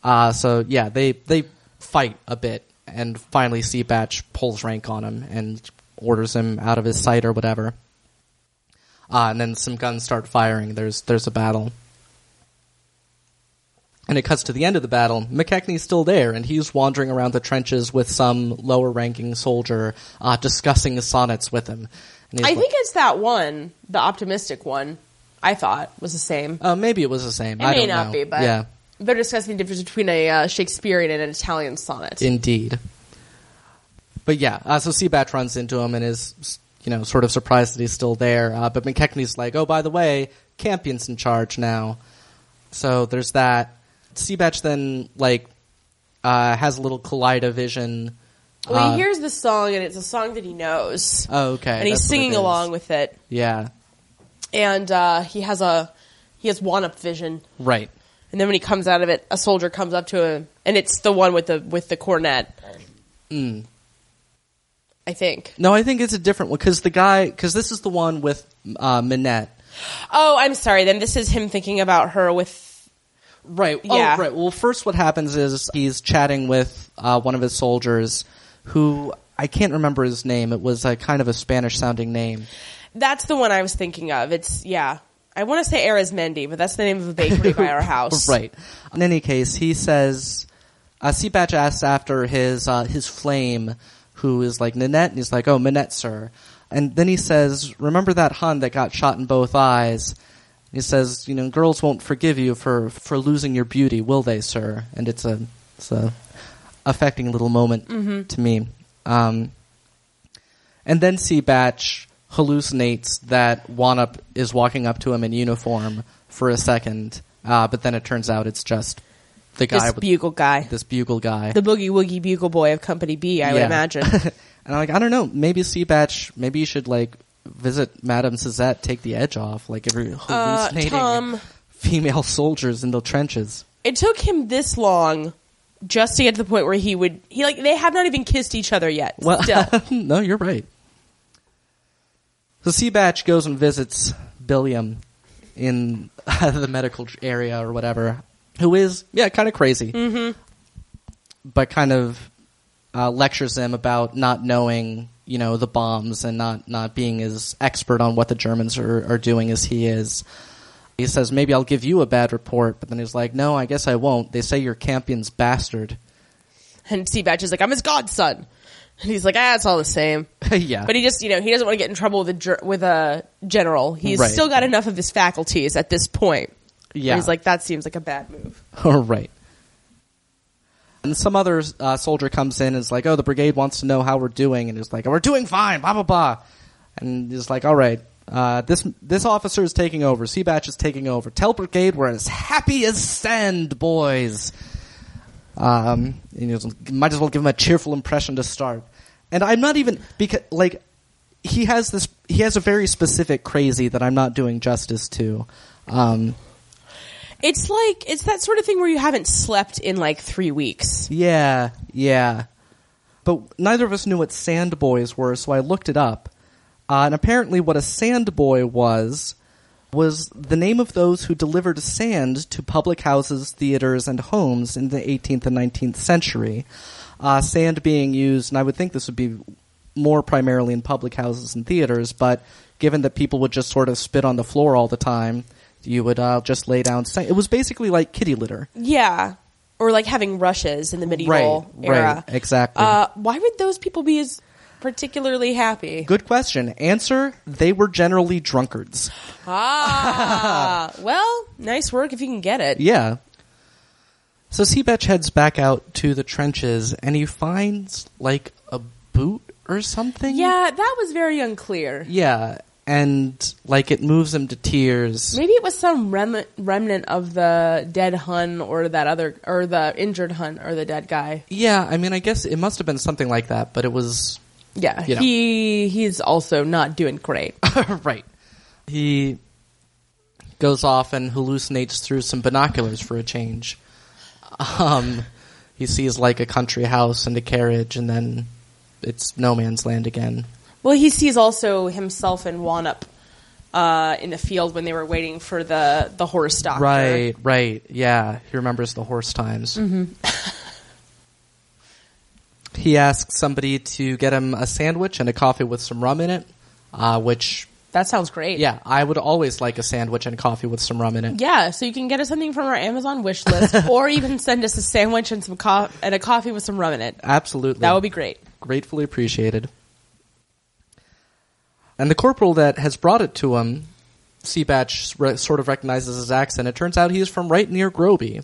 A: Uh, so yeah, they they fight a bit, and finally Seabatch pulls rank on him and orders him out of his sight or whatever. Uh, and then some guns start firing. There's there's a battle, and it cuts to the end of the battle. McKechnie's still there, and he's wandering around the trenches with some lower-ranking soldier, uh, discussing the sonnets with him. And he's
B: I
A: like-
B: think it's that one, the optimistic one. I thought was the same.
A: uh, maybe it was the same.
B: It
A: I
B: may
A: don't
B: not
A: know.
B: be, but
A: yeah,
B: they're discussing the difference between a uh, Shakespearean and an Italian sonnet.
A: Indeed. But yeah, uh, so Seabat runs into him and is, you know, sort of surprised that he's still there. Uh, but McKechnie's like, oh, by the way, Campion's in charge now. So there's that. Seabatch then, like, uh, has a little Kaleido vision.
B: well,
A: Uh,
B: he hears the song and it's a song that he knows,
A: Oh, okay.
B: and he's
A: that's what it
B: singing
A: is.
B: along with it.
A: Yeah,
B: And uh, he has a he has one up vision,
A: right.
B: and then when he comes out of it, a soldier comes up to him, and it's the one with the with the cornet.
A: Hmm.
B: I think.
A: No, I think it's a different one because the guy, because this is the one with uh, Minette.
B: Oh, I'm sorry. Then this is him thinking about her with.
A: Right.
B: Yeah.
A: Oh, right. Well, first, what happens is he's chatting with uh, one of his soldiers, who I can't remember his name. It was a kind of a Spanish-sounding name.
B: That's the one I was thinking of. It's yeah. I want to say Arizmendi, but that's the name of a bakery by our house.
A: Right. In any case, he says, uh, Seabatch asks after his, uh, his flame, who is like Nanette, and he's like, oh, Minette, sir. And then he says, remember that Hun that got shot in both eyes? He says, you know, girls won't forgive you for, for losing your beauty, will they, sir? And it's a, it's a affecting little moment
B: Mm-hmm.
A: to me. Um, and then Seabatch hallucinates that Wanup is walking up to him in uniform for a second, uh, but then it turns out it's just the guy
B: This
A: with
B: bugle guy,
A: this bugle guy.
B: the boogie woogie bugle boy of Company B, I would
A: Yeah.
B: imagine.
A: and I'm like, I don't know, maybe Seabatch, maybe you should like visit Madame Suzette, take the edge off, like if you're hallucinating
B: Uh, Tom.
A: female soldiers in the trenches.
B: it took him this long just to get to the point where he would he like they have not even kissed each other yet.
A: Well,
B: Still.
A: no, you're right. So Seabatch goes and visits Billiam in the medical tr- area or whatever, who is, yeah, kind of crazy. Mm-hmm. But kind of uh, lectures him about not knowing, you know, the bombs and not, not being as expert on what the Germans are, are doing as he is. He says, maybe I'll give you a bad report, but then he's like, no, I guess I won't. They say you're Campion's bastard.
B: and Seabatch is like, I'm his godson. And he's like, ah, it's all the same.
A: yeah.
B: But he just, you know, he doesn't want to get in trouble with a ger- with a general. He's
A: Right.
B: still got enough of his faculties at this point. where
A: Yeah.
B: he's like, that seems like a bad move.
A: All right. And some other uh, soldier comes in and is like, "Oh, the brigade wants to know how we're doing," and he's like, "We're doing fine." Blah blah blah. And he's like, "All right, uh, this this officer is taking over. Seabatch is taking over. Tell brigade we're as happy as sand, boys." Um, and you might as well give him a cheerful impression to start. And I'm not even because like he has this he has a very specific crazy that I'm not doing justice to. Um,
B: It's like it's that sort of thing where you haven't slept in like three weeks.
A: Yeah, yeah. But neither of us knew what sand boys were, so I looked it up. Uh, and apparently, what a sand boy was was the name of those who delivered sand to public houses, theaters, and homes in the 18th and 19th century. Uh, sand being used, and I would think this would be more primarily in public houses and theaters, but given that people would just sort of spit on the floor all the time, you would uh, just lay down sand. It was basically like kitty litter.
B: Yeah, or like having rushes in the medieval
A: Right, right,
B: era.
A: exactly.
B: Uh, why would those people be as particularly happy?
A: Good question. Answer: They were generally drunkards.
B: Ah, well, nice work if you can get it.
A: Yeah. So Seabetch heads back out to the trenches, and he finds like a boot or something.
B: Yeah, that was very unclear.
A: Yeah, and like it moves him to tears.
B: Maybe it was some rem- remnant of the dead Hun or that other, or the injured Hun or the dead guy.
A: Yeah, I mean, I guess it must have been something like that, but it was
B: Yeah,
A: You know.
B: he he's also not doing great.
A: right. He goes off and hallucinates through some binoculars for a change. Um, he sees like a country house and a carriage, and then it's no man's land again.
B: Well, he sees also himself and Wanup uh, in a field when they were waiting for the the horse doctor.
A: Right, right, yeah. He remembers the horse times.
B: Mm-hmm.
A: he asks somebody to get him a sandwich and a coffee with some rum in it, uh, which,
B: That sounds great.
A: yeah, I would always like a sandwich and coffee with some rum in it.
B: Yeah, so you can get us something from our Amazon wish list, or you can send us a sandwich and some co- and a coffee with some rum in it.
A: Absolutely.
B: That would be great.
A: gratefully appreciated. And the corporal that has brought it to him, Seabatch re- sort of recognizes his accent. It turns out he's from right near Groby.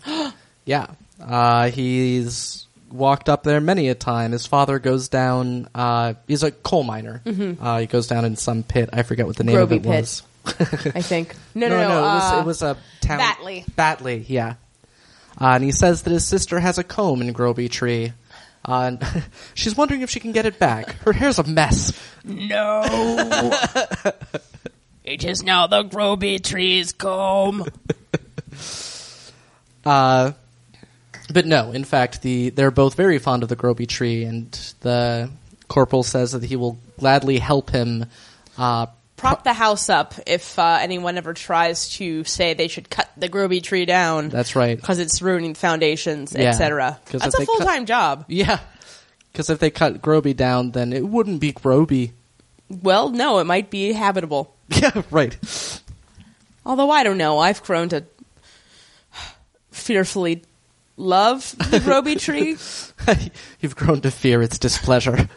A: yeah. Uh, he's walked up there many a time. His father goes down, uh, he's a coal miner. Uh, he goes down in some pit. I forget what the name of
B: Mm-hmm. Groby
A: it
B: pit.
A: was.
B: I think. No, no,
A: No,
B: no.
A: no,
B: uh,
A: it, was, it was a town.
B: Batley.
A: Batley, yeah. Uh, and he says that his sister has a comb in Groby Tree. Uh, and she's wondering if she can get it back. Her hair's a mess.
C: No. it is now the Groby tree's comb.
A: Uh, but no, in fact, the they're both very fond of the Groby Tree, and the corporal says that he will gladly help him. Uh,
B: prop the house up if uh, anyone ever tries to say they should cut the groby tree down.
A: That's right.
B: because it's ruining the foundations,
A: Yeah,
B: etc.
A: 'cause
B: That's
A: if
B: a
A: they cut-
B: full time job.
A: yeah, because if they cut Groby down, then it wouldn't be Groby.
B: Well, no, it might be habitable.
A: yeah, right.
B: Although I don't know, I've grown to fearfully love the groby tree.
A: You've grown to fear its displeasure.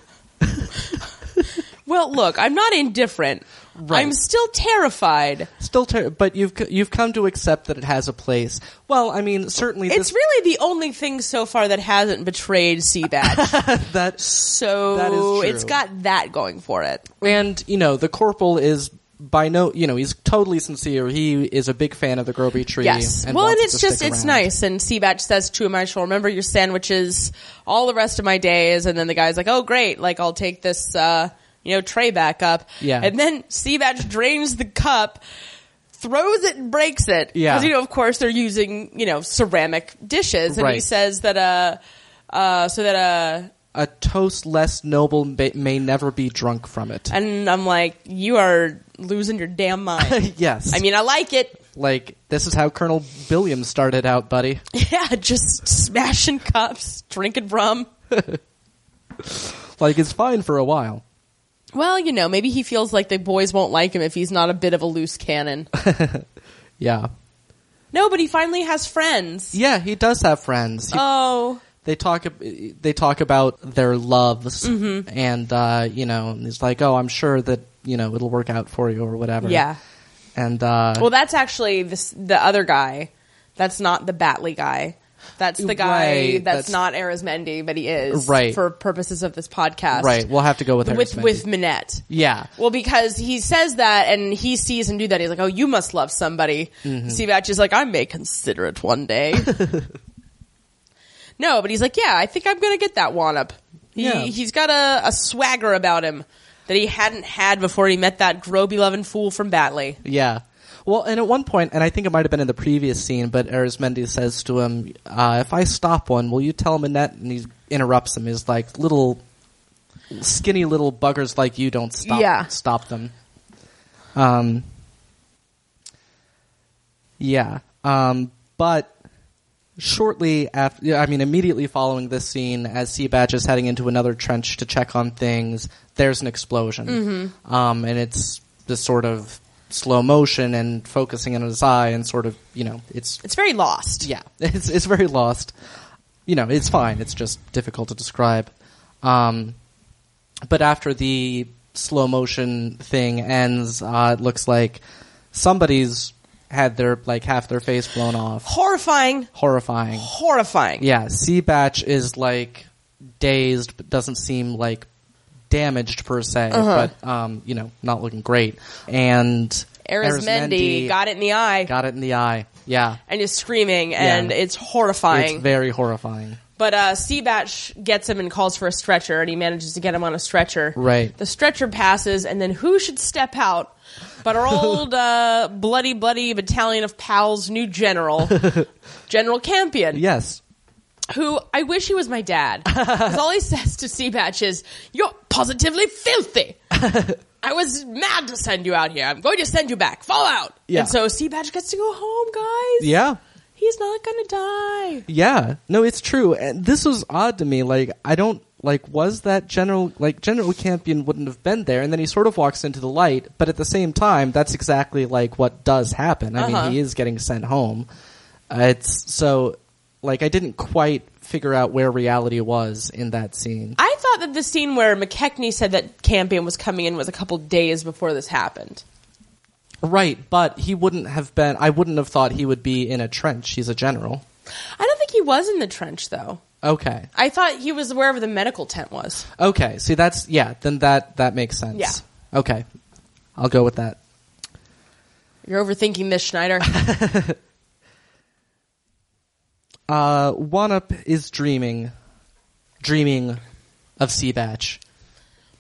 B: Well, look, I'm not indifferent.
A: Right.
B: I'm still terrified.
A: Still, ter- but you've c- you've come to accept that it has a place. Well, I mean, certainly
B: It's really the only thing so far that hasn't betrayed Seabat.
A: this, that,
B: so
A: That is true.
B: it's got that going for it.
A: and you know, the corporal is by no, you know, he's totally sincere. He is a big fan of the Groby tree.
B: Yes.
A: and
B: well, and
A: wants
B: it's
A: to
B: just
A: stick
B: it's
A: around.
B: nice. And Seabatch says to him, "I shall remember your sandwiches all the rest of my days." And then the guy's like, "Oh, great! Like I'll take this, uh, you know, tray back up."
A: Yeah.
B: And then Seabatch drains the cup, throws it, and breaks it.
A: Yeah.
B: Because you know, of course, they're using you know ceramic dishes, and he
A: Right.
B: says that uh, uh, so that uh.
A: A toast less noble may, may never be drunk from it.
B: And I'm like, you are losing your damn mind.
A: yes,
B: I mean, I like it.
A: like this is how Colonel Billiam started out, buddy.
B: Yeah, just smashing cups, drinking rum.
A: like it's fine for a while.
B: Well, you know, maybe he feels like the boys won't like him if he's not a bit of a loose cannon.
A: Yeah,
B: no, but he finally has friends.
A: yeah, he does have friends. He
B: Oh,
A: they talk ab- they talk about their loves,
B: Mm-hmm.
A: and uh, you know, and it's like, oh, I'm sure that you know it'll work out for you or whatever.
B: Yeah.
A: and uh,
B: Well, that's actually this, the other guy. That's not the Batley guy. That's the guy
A: Right,
B: that's,
A: that's-
B: not Arizmendi, but he is
A: Right.
B: for purposes of this podcast.
A: right, we'll have to go with
B: with
A: Arismendi.
B: with Minette.
A: yeah.
B: Well, because he says that and he sees him do that. He's like, oh, you must love somebody.
A: Mm-hmm.
B: Seabatch is like, I may consider it one day. no, but he's like, yeah, I think I'm going to get that one up. He,
A: Yeah.
B: He's got a, a swagger about him that he hadn't had before he met that groby loving fool from Batley.
A: Yeah. Well, and at one point, and I think it might have been in the previous scene, but Arismendi says to him, uh, "If I stop one, will you tell Minette?" And he interrupts him. He's like, "Little skinny little buggers like you don't stop
B: Yeah.
A: stop them." Um. Yeah. Um. But shortly after, yeah, I mean, immediately following this scene, as Seabatch is heading into another trench to check on things, there's an explosion. Um, and it's this sort of slow motion and focusing on his eye and sort of, you know, it's,
B: It's very lost.
A: yeah, it's, it's very lost. You know, it's fine. It's just difficult to describe. Um, but after the slow motion thing ends, uh, it looks like somebody's had their, like, half their face blown off.
B: Horrifying.
A: Horrifying.
B: Horrifying.
A: Yeah, Seabatch is like dazed, but doesn't seem like damaged per se,
B: Uh-huh.
A: but um, you know, not looking great. And
B: Arismendi
A: Arismendi
B: got it in the eye
A: got it in the eye. Yeah,
B: and is screaming, and
A: Yeah.
B: it's horrifying.
A: it's very horrifying.
B: But uh, Seabatch gets him and calls for a stretcher, and he manages to get him on a stretcher.
A: Right.
B: The stretcher passes, and then who should step out but our old uh, bloody, bloody battalion of pals, new general, General Campion,
A: Yes,
B: who I wish he was my dad. Because all he says to Seabatch is, You're positively filthy. I was mad to send you out here. I'm going to send you back. Fall out.
A: Yeah.
B: And so Seabatch gets to go home, guys.
A: yeah,
B: He's not going to die.
A: yeah. No, it's true. And this was odd to me. Like, I don't like was that general like General Campion wouldn't have been there, and then he sort of walks into the light. But at the same time, that's exactly like what does happen. I
B: Uh-huh.
A: mean, he is getting sent home. Uh, it's so like I didn't quite figure out where reality was in that scene.
B: I thought that the scene where McKechnie said that Campion was coming in was a couple days before this happened.
A: right, but he wouldn't have been. I wouldn't have thought he would be in a trench. He's a general.
B: I don't think he was in the trench though.
A: Okay.
B: I thought he was wherever the medical tent was.
A: Okay. See, that's yeah. Then that that makes sense.
B: Yeah.
A: Okay. I'll go with that.
B: You're overthinking this, Schneider.
A: Uh, one up is dreaming, dreaming of Seabatch,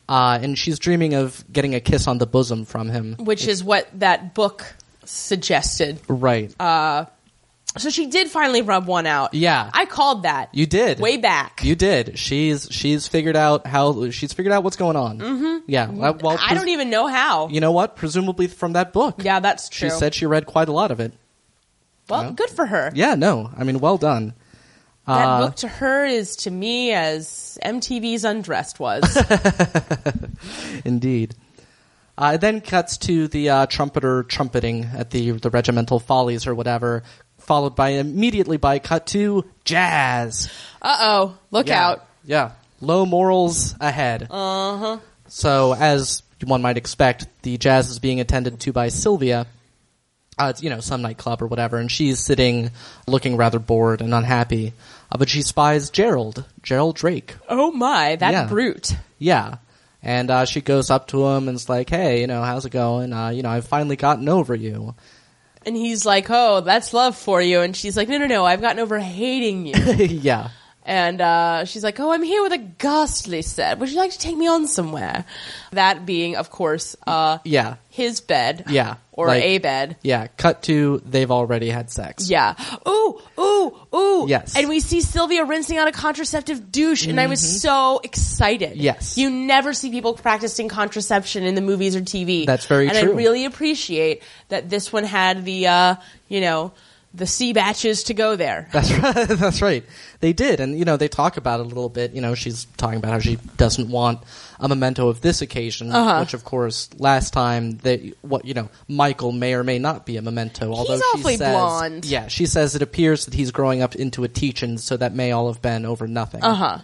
A: uh, and she's dreaming of getting a kiss on the bosom from him.
B: which is what that book suggested.
A: Right.
B: Uh, So she did finally rub one out.
A: Yeah.
B: I called that.
A: you did
B: Way back.
A: You did. She's she's figured out how she's figured out what's going on. Mm-hmm. Yeah. Well, well,
B: I don't
A: pres-
B: even know how.
A: You know what? Presumably from that book.
B: yeah, that's
A: She
B: true.
A: said she read quite a lot of it.
B: well,
A: no.
B: good for her.
A: Yeah. No. I mean, well done.
B: That
A: Uh,
B: book to her is to me as MTV's Undressed was.
A: Indeed. Uh, it then cuts to the uh, trumpeter trumpeting at the the regimental follies or whatever, followed by immediately by cut to jazz.
B: uh oh, look
A: Yeah.
B: out. Uh-huh.
A: Yeah. Low morals ahead. Uh huh. So as one might expect, the jazz is being attended to by Sylvia. Uh, it's, you know, some nightclub or whatever, and she's sitting, looking rather bored and unhappy. Uh, but she spies Gerald, Gerald Drake,
B: Oh my, that
A: Yeah.
B: brute.
A: Yeah. And uh, she goes up to him and is like, hey, you know, how's it going? Uh, you know, I've finally gotten over you.
B: And he's like, "Oh, that's love for you." And she's like, "No, no, no. I've gotten over hating you."
A: yeah.
B: and uh, she's like, "Oh, I'm here with a ghastly set. Would you like to take me on somewhere?" That being, of course, uh,
A: Yeah.
B: his bed.
A: Yeah.
B: Or
A: Like-
B: a bed.
A: Yeah. Cut to they've already had sex.
B: Yeah. Ooh, ooh, ooh.
A: Yes. Mm-hmm.
B: And we see Sylvia rinsing out a contraceptive douche, and I was so excited.
A: Yes.
B: You never see people practicing contraception in the movies or TV.
A: That's very
B: and
A: true.
B: I really appreciate that this one had the, uh, you know, the sea batches to go there.
A: That's right. That's right. They did, and you know they talk about it a little bit. You know, she's talking about how she doesn't want a memento of this occasion,
B: Uh-huh.
A: which of course last time they what you know Michael may or may not be a memento. Although she
B: awfully
A: says,
B: blonde.
A: Yeah, she says it appears that he's growing up into a teachin', so that may all have been over nothing. Uh
B: Huh.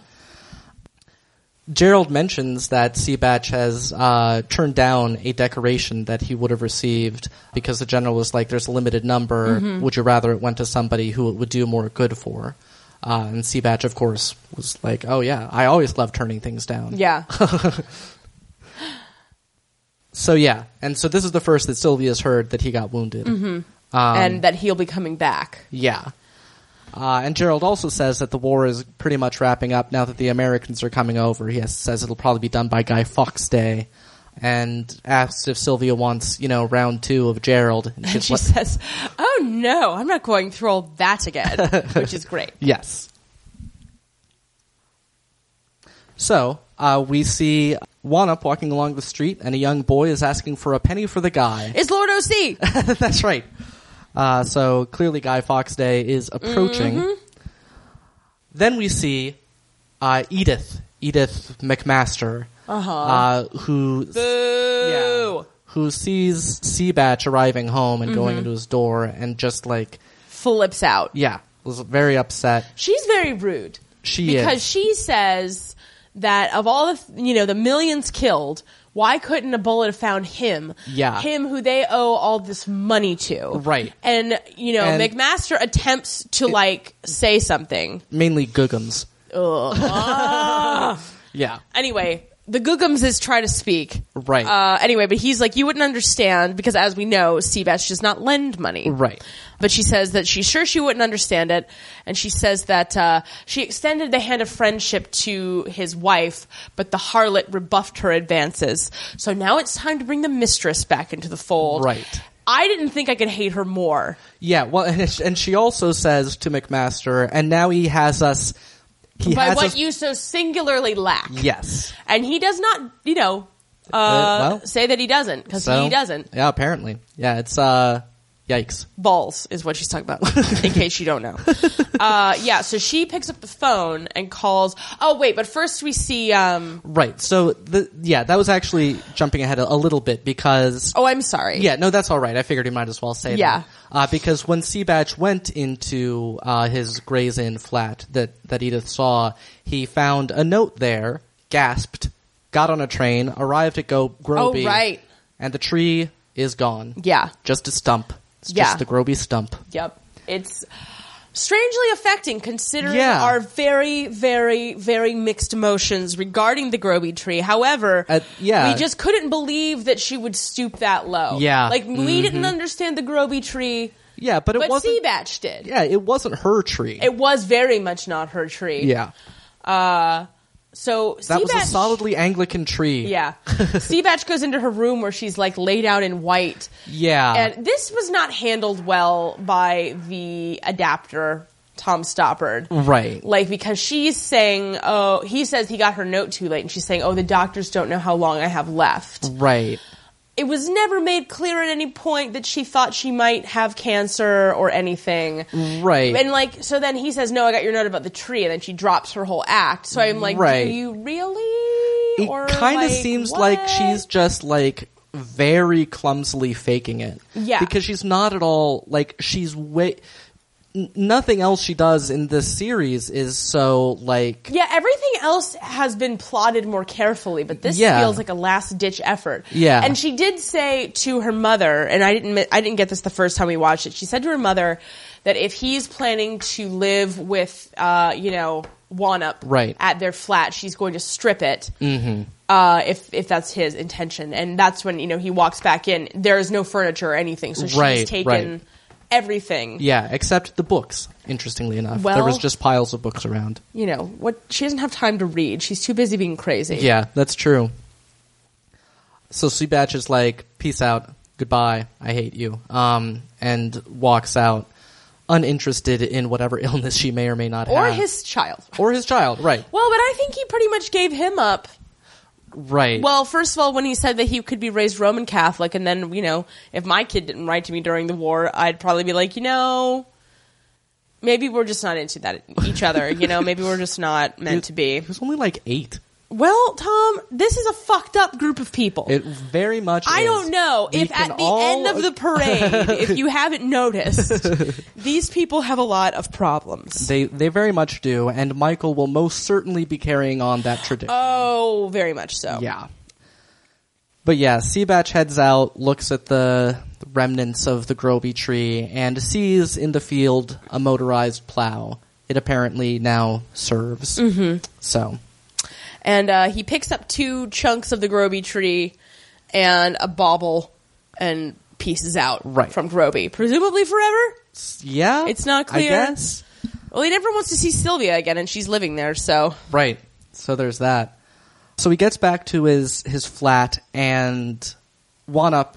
A: Gerald mentions that Seabatch has uh, turned down a decoration that he would have received because the general was like, "There's a limited number. Would you rather it went to somebody who it would do more good for?" Uh, and Seabatch, of course, was like, "Oh yeah, I always love turning things down."
B: Yeah.
A: So yeah, and so this is the first that Sylvia's heard that he got wounded. Um,
B: and that he'll be coming back.
A: Yeah. Uh, and Gerald also says that the war is pretty much wrapping up now that the Americans are coming over. He has, says it'll probably be done by Guy Fawkes Day, and asks if Sylvia wants, you know, round two of Gerald. And
B: And
A: she's
B: she
A: like,
B: says, Oh no, I'm not going through all that again, which is great.
A: yes. So uh, we see one up walking along the street, and a young boy is asking for a penny for the guy.
B: It's Lord OC.
A: That's right. Uh, so clearly, Guy Fawkes Day is approaching.
B: Mm-hmm.
A: Then we see uh, Edith, Edith McMaster, uh-huh. who yeah,
B: Boo.
A: who sees Seabatch arriving home and
B: Mm-hmm.
A: going into his door, and just like
B: Flips out.
A: yeah, was very upset.
B: She's very rude.
A: She
B: because
A: is.
B: she says that of all the you know the millions killed, why couldn't a bullet have found him?
A: Yeah.
B: him who they owe all this money to.
A: Right.
B: and you know
A: And-
B: McMaster attempts to like say something.
A: mainly Googums. yeah,
B: Anyway, the Googums is try to speak.
A: Right.
B: Uh, anyway, but he's like, you wouldn't understand because, as we know, Seabash does not lend money.
A: Right.
B: But she says that she's sure she wouldn't understand it, and she says that uh, she extended the hand of friendship to his wife, but the harlot rebuffed her advances. So now it's time to bring the mistress back into the fold.
A: Right.
B: I didn't think I could hate her more.
A: yeah. Well, and, it's- and she also says to McMaster, and now he has us. He
B: by
A: has
B: what
A: us-
B: you so singularly lack.
A: Yes.
B: And he does not, you know, uh,
A: well.
B: say that he doesn't, because
A: So-
B: he doesn't.
A: Yeah, apparently. Yeah, it's uh yikes.
B: balls is what she's talking about in case you don't know uh, yeah so she picks up the phone and calls oh wait but first we see um,
A: Right. So the yeah, that was actually jumping ahead a, a little bit because
B: oh i'm sorry
A: yeah, no, that's all right. I figured he might as well say
B: Yeah.
A: that. Uh, because when Seabatch went into uh, his Gray's Inn flat that, that Edith saw, he found a note there, gasped, got on a train, arrived at Go- Groby.
B: Oh, right.
A: And the tree is gone.
B: Yeah.
A: Just a stump. It's
B: Yeah.
A: just the Groby stump.
B: yep it's strangely affecting considering
A: Yeah.
B: our very very very mixed emotions regarding the groby tree however
A: Uh, yeah.
B: we just couldn't believe that she would stoop that low
A: Yeah.
B: like we didn't understand the groby tree
A: Yeah, but it
B: but
A: wasn't.
B: seabatch did
A: yeah, it wasn't her tree.
B: it was very much not her tree
A: yeah.
B: so
A: That was a
B: Seabatch-
A: solidly Anglican tree.
B: Yeah. Seabatch goes into her room where she's like laid out in white.
A: Yeah.
B: And this was not handled well by the adapter, Tom Stoppard.
A: right.
B: Like, because she's saying, oh, he says he got her note too late, and she's saying, oh, the doctors don't know how long I have left.
A: Right.
B: It was never made clear at any point that she thought she might have cancer or anything.
A: Right.
B: And like, so then he says, no, I got your note about the tree, and then she drops her whole act. So I'm like,
A: Right.
B: do you really?
A: it
B: Or,
A: kind of
B: like,
A: seems like
B: what?
A: she's just like very clumsily faking it.
B: Yeah.
A: Because she's not at all like she's way. n- Nothing else she does in this series is so like
B: Yeah, everything else has been plotted more carefully, but this
A: Yeah.
B: feels like a last ditch effort.
A: Yeah.
B: and she did say to her mother, and I didn't, mi- I didn't get this the first time we watched it. She said to her mother that if he's planning to live with, uh, you know, Wanup
A: Right.
B: at their flat, she's going to strip it. Mm-hmm. Uh, if if that's his intention, and that's when you know he walks back in. There is no furniture or anything, so she's
A: Right,
B: taken
A: right.
B: everything.
A: yeah, except the books. Interestingly enough, there
B: Well-
A: was just piles of books around.
B: You know what? She doesn't have time to read. She's too busy being crazy.
A: Yeah, that's true. So Seabatch is like, peace out, goodbye, I hate you, um, and walks out, uninterested in whatever illness she may or may not
B: or
A: have.
B: his child.
A: or his child, right.
B: Well, but I think he pretty much gave him up.
A: Right.
B: Well, first of all, when he said that he could be raised Roman Catholic, and then, you know, if my kid didn't write to me during the war, I'd probably be like, you know, Maybe we're just not into that each other, you know? Maybe we're just not meant to be.
A: He was only like eight.
B: Well, Tom, this is a fucked up group of people.
A: It very much.
B: I
A: is.
B: don't know
A: We
B: if
A: can
B: at the
A: all-
B: end of the parade, if you haven't noticed, these people have a lot of problems.
A: They they very much do, and Michael will most certainly be carrying on that tradition.
B: Oh, very much so.
A: yeah. But yeah, Seabatch heads out, looks at the remnants of the Groby tree, and sees in the field a motorized plow. It apparently now serves. Mm-hmm. So
B: And uh, he picks up two chunks of the Groby tree and a bauble and pieces out
A: Right.
B: from Groby, presumably forever.
A: yeah,
B: It's not
A: I
B: clear.
A: guess.
B: Well, he never wants to see Sylvia again, and she's living there, so
A: Right. So there's that. So he gets back to his his flat, and one up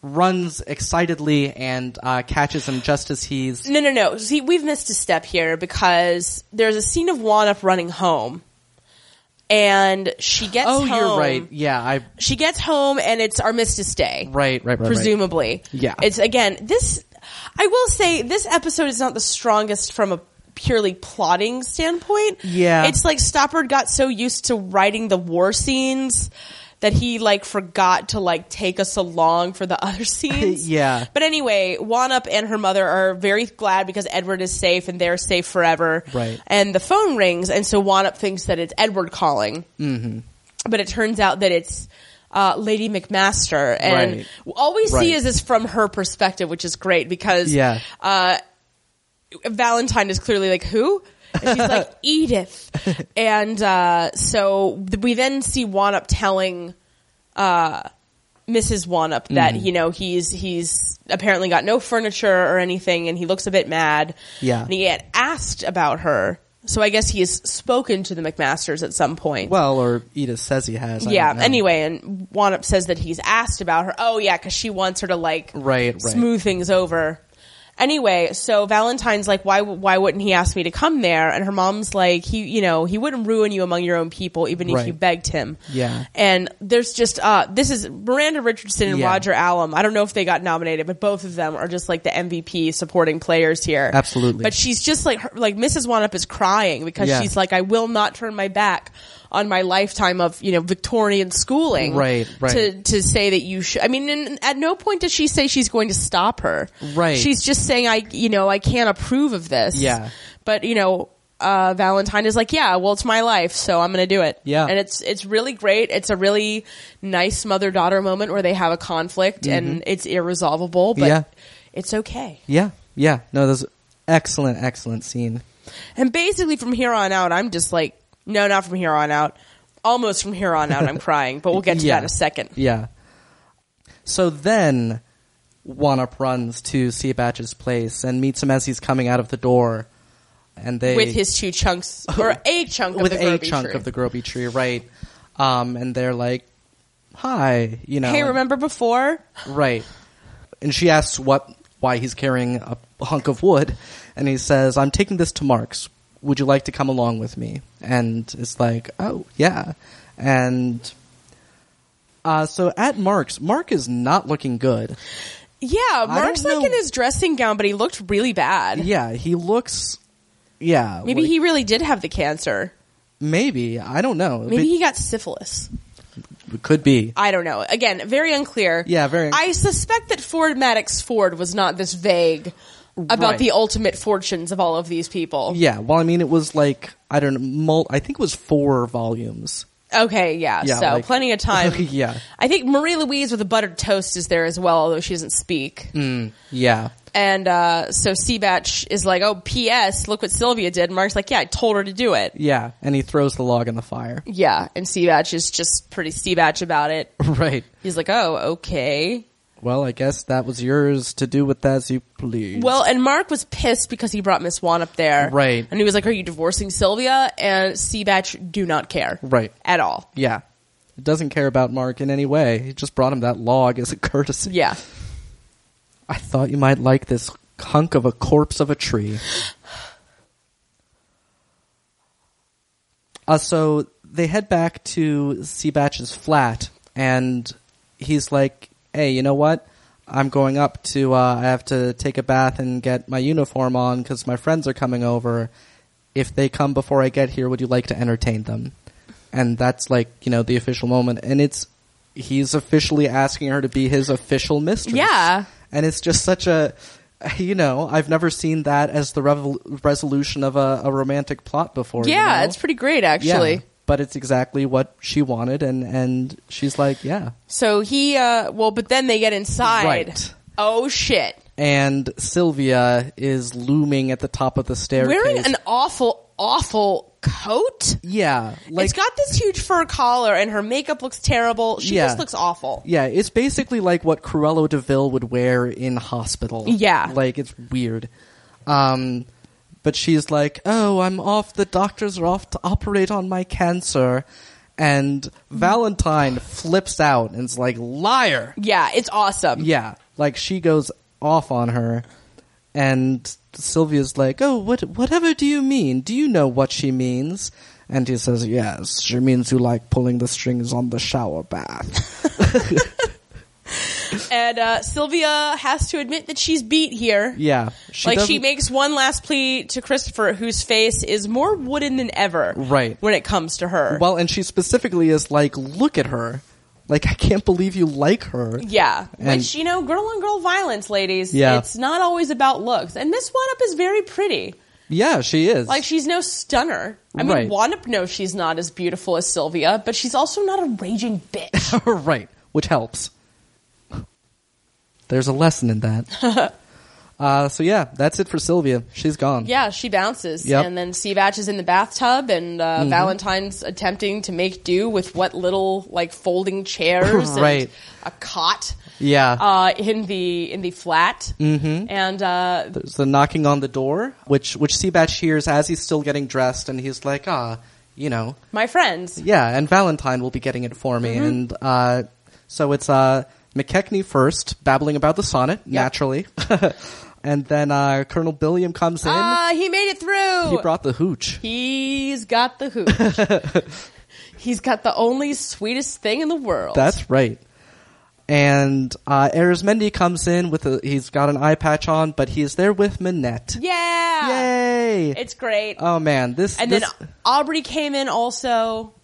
A: runs excitedly and uh, catches him just as he's
B: No, no, no. See, we've missed a step here because there's a scene of Wanup running home, and she gets.
A: Oh, you're
B: home-
A: right. Yeah, I
B: She gets home, and it's Armistice Day,
A: right, right, right. right.
B: presumably.
A: Yeah.
B: It's again this. I will say this episode is not the strongest from a purely plotting standpoint.
A: Yeah.
B: It's like Stoppard got so used to writing the war scenes that he like forgot to like take us along for the other scenes.
A: Yeah.
B: But anyway, Wanup and her mother are very glad because Edward is safe and they're safe forever.
A: Right.
B: And the phone rings, and so Wanup thinks that it's Edward calling. Mm-hmm. But it turns out that it's uh, Lady McMaster, and
A: Right.
B: all we
A: Right.
B: see is this from her perspective, which is great because
A: Yeah.
B: uh, Valentine is clearly like who. And she's like Edith, and uh, so th- we then see Wanup telling Mrs. Wanup that
A: Mm.
B: you know he's he's apparently got no furniture or anything, and he looks a bit mad.
A: Yeah.
B: and he had asked about her, so I guess he has spoken to the McMasters at some point.
A: Well, or Edith says he has. I
B: yeah.
A: don't know.
B: Anyway, and Wanup says that he's asked about her. Oh yeah, because she wants her to like
A: Right, right.
B: smooth things over. Anyway, so Valentine's like, why why wouldn't he ask me to come there? And her mom's like, he you know he wouldn't ruin you among your own people, even if
A: Right.
B: you begged him.
A: Yeah.
B: And there's just uh this is Miranda Richardson and
A: Yeah.
B: Roger Allam. I don't know if they got nominated, but both of them are just like the MVP supporting players here.
A: Absolutely.
B: But she's just like her, like Mrs. Wanup is crying because
A: Yeah.
B: she's like I will not turn my back on my lifetime of, you know, Victorian schooling
A: Right, right.
B: to to say that you should I mean and at no point does she say she's going to stop her.
A: Right.
B: She's just saying I you know, I can't approve of this.
A: Yeah.
B: But you know, uh, Valentine is like, yeah, well, it's my life, so I'm gonna do it.
A: Yeah.
B: and it's it's really great. It's a really nice mother daughter moment where they have a conflict and it's irresolvable, but
A: Mm-hmm. Yeah.
B: it's okay.
A: Yeah, yeah. No, that's excellent, excellent scene.
B: And basically, from here on out, I'm just like, no, not from here on out. Almost from here on out, I'm crying, but we'll get to
A: yeah.
B: that in a second.
A: Yeah. So then, one up runs to Seabatch's place and meets him as he's coming out of the door, and they
B: With his two chunks, or a chunk
A: with
B: of the
A: a
B: Groby
A: chunk
B: tree.
A: of the Groby tree, right? Um, and they're like, "Hi," you know.
B: Hey, remember before?
A: Right. And she asks what why he's carrying a hunk of wood, and he says, "I'm taking this to Mark's. Would you like to come along with me?" And it's like, "Oh, yeah." And uh, so at Mark's, Mark is not looking good.
B: Yeah, Mark's
A: don't
B: like in
A: know.
B: his dressing gown, but he looked really bad.
A: Yeah, he looks. Yeah,
B: Maybe
A: like-
B: he really did have the cancer.
A: Maybe I don't know.
B: Maybe he got syphilis.
A: But- could be.
B: I don't know. Again, very unclear.
A: Yeah, very unc-
B: I suspect that Ford Maddox Ford was not this vague about
A: Right.
B: the ultimate fortunes of all of these people.
A: Yeah. Well, I mean, it was like I don't know. Mul- I think it was four volumes.
B: Okay, yeah.
A: Yeah,
B: so
A: like-
B: plenty of time.
A: Yeah.
B: I think Marie Louise with a buttered toast is there as well, although she doesn't speak.
A: Mm. Yeah.
B: And uh, so Seabatch is like, "Oh, P.S. Look what Sylvia did." And Mark's like, "Yeah, I told her to do it."
A: Yeah. And he throws the log in the fire.
B: Yeah, and Seabatch is just pretty Seabatch about it.
A: right.
B: He's like, "Oh, okay."
A: Well, I guess that was yours to do with that as you please.
B: Well, and Mark was pissed because he brought Miss Wan up there.
A: Right.
B: And he was like, Are you divorcing Sylvia? And Seabatch do not care.
A: Right.
B: At all.
A: yeah, it doesn't care about Mark in any way. He just brought him that log as a courtesy.
B: Yeah.
A: I thought you might like this hunk of a corpse of a tree. Uh, so they head back to Seabatch's flat, and he's like, "Hey, you know what? I'm going up to, uh, I have to take a bath and get my uniform on because my friends are coming over. If they come before I get here, would you like to entertain them? And that's like, you know, the official moment. And it's, he's officially asking her to be his official mistress.
B: Yeah.
A: And it's just such a, you know, I've never seen that as the revol- resolution of a, a romantic plot before. you
B: Yeah,
A: know?
B: it's pretty great actually.
A: Yeah, but it's exactly what she wanted, and and she's like, yeah.
B: So he, uh, well, but then they get inside.
A: Right.
B: Oh shit!
A: And Sylvia is looming at the top of the staircase.
B: Wearing an awful, awful coat.
A: yeah, like
B: it's got this huge fur collar, and her makeup looks terrible. She
A: Yeah.
B: just looks awful.
A: yeah, it's basically like what Cruella Deville would wear in hospital.
B: Yeah.
A: like it's weird. Um, but she's like, oh, I'm off. The doctors are off to operate on my cancer. And Valentine flips out and is like, liar.
B: Yeah, it's awesome.
A: Yeah, like she goes off on her, and Sylvia's like, "Oh, what? Whatever do you mean? Do you know what she means?" And he says, "Yes, she means you like pulling the strings on the shower bath."
B: And uh, Sylvia has to admit that she's beat here.
A: yeah, she
B: like she
A: doesn't-
B: makes one last plea to Christopher, whose face is more wooden than ever.
A: Right.
B: When it comes to her.
A: well, and she specifically is like, "Look at her! Like I can't believe you like her."
B: Yeah.
A: And-
B: Which, you know, girl on girl violence, ladies.
A: Yeah.
B: It's not always about looks. And Miss Wanup is very pretty.
A: Yeah, she is.
B: Like, she's no stunner. I mean,
A: Right.
B: Wanup knows she's not as beautiful as Sylvia, but she's also not a raging bitch.
A: right, which helps. There's a lesson in that. uh, so yeah, that's it for Sylvia. She's gone.
B: yeah, she bounces.
A: Yep. Mm-hmm.
B: And then Seabatch is in the bathtub, and uh, Valentine's attempting to make do with what little, like, folding chairs
A: Right.
B: and a cot.
A: Yeah.
B: Uh, in the in the flat, mm-hmm. and uh,
A: There's the knocking on the door, which which Seabatch hears as he's still getting dressed, and he's like, ah, you know,
B: my friends,
A: yeah. And Valentine will be getting it for
B: Mm-hmm.
A: me, and uh, so it's uh, McKechnie first, babbling about the sonnet naturally, and then uh, Colonel Billiam comes in.
B: ah, he made it through.
A: he brought the hooch.
B: He's got the hooch. He's got the only sweetest thing in the world.
A: That's right. And uh, Arismendi comes in with a he's got an eye patch on, but he's there with Minette.
B: yeah.
A: Yay!
B: It's great.
A: oh man, this
B: and
A: this,
B: then Aubrey came in also.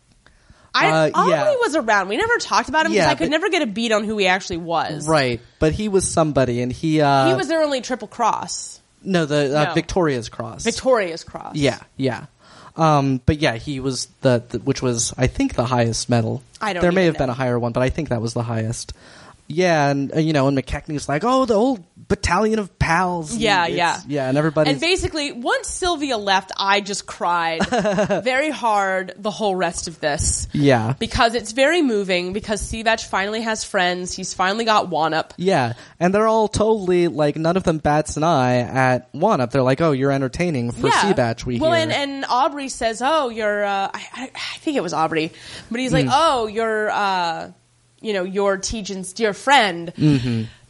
B: I
A: Uh,
B: Aubrey
A: yeah.
B: was around. We never talked about him because
A: Yeah,
B: I could
A: but-
B: never get a beat on who he actually was.
A: right, but he was somebody, and he uh,
B: He was their only triple cross,
A: No, the uh,
B: No.
A: Victoria's Cross.
B: Victoria's cross.
A: yeah, yeah. Um, but yeah, he was the, the which was I think the highest medal.
B: I don't
A: There may
B: even
A: have been
B: know.
A: a higher one, but I think that was the highest. Yeah, and uh, you know, and McKechnie's like, oh, the old battalion of pals. and
B: Yeah,
A: it's-
B: yeah.
A: yeah, and everybody's
B: And basically, once Sylvia left, I just cried very hard the whole rest of this.
A: yeah,
B: because it's very moving because Sivach finally has friends. He's finally got one up.
A: yeah, and they're all totally like none of them bats an eye at one up. They're like, oh, you're entertaining for
B: Yeah.
A: Seabatch. We
B: well,
A: hear.
B: and and Aubrey says, "Oh, you're." Uh, I, I I think it was Aubrey, but he's
A: Hmm.
B: like, "Oh, you're." Uh, you know, your Tejan's dear friend.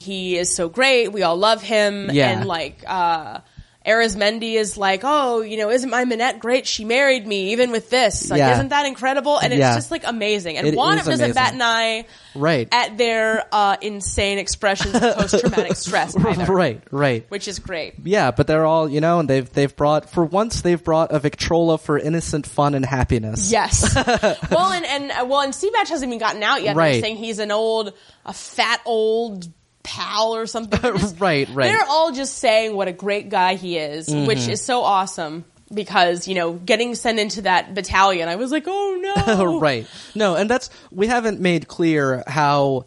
B: He is so great. We all love him.
A: Mm-hmm. Yeah.
B: And like, uh, Arizmendi is like, oh, you know, isn't my Minette great? She married me even with this. Like,
A: Yeah.
B: isn't that incredible? And it's
A: Yeah.
B: just like amazing. And
A: It
B: one
A: is
B: of doesn't
A: amazing.
B: bat an eye
A: Right.
B: at their uh, insane expressions of post traumatic stress, either,
A: right, right.
B: which is great.
A: Yeah, but they're all you know, and they've they've brought for once they've brought a Victrola for innocent fun and happiness.
B: Yes. well, and, and uh, well, and Seabatch hasn't even gotten out yet. They're
A: Right.
B: saying he's an old, a fat old pal or something. They're just-
A: Right, Mm-hmm. right.
B: They're all just saying what a great guy he is, which is so awesome because you know getting sent into that battalion, I was like, oh no,
A: right. No, and that's we haven't made clear how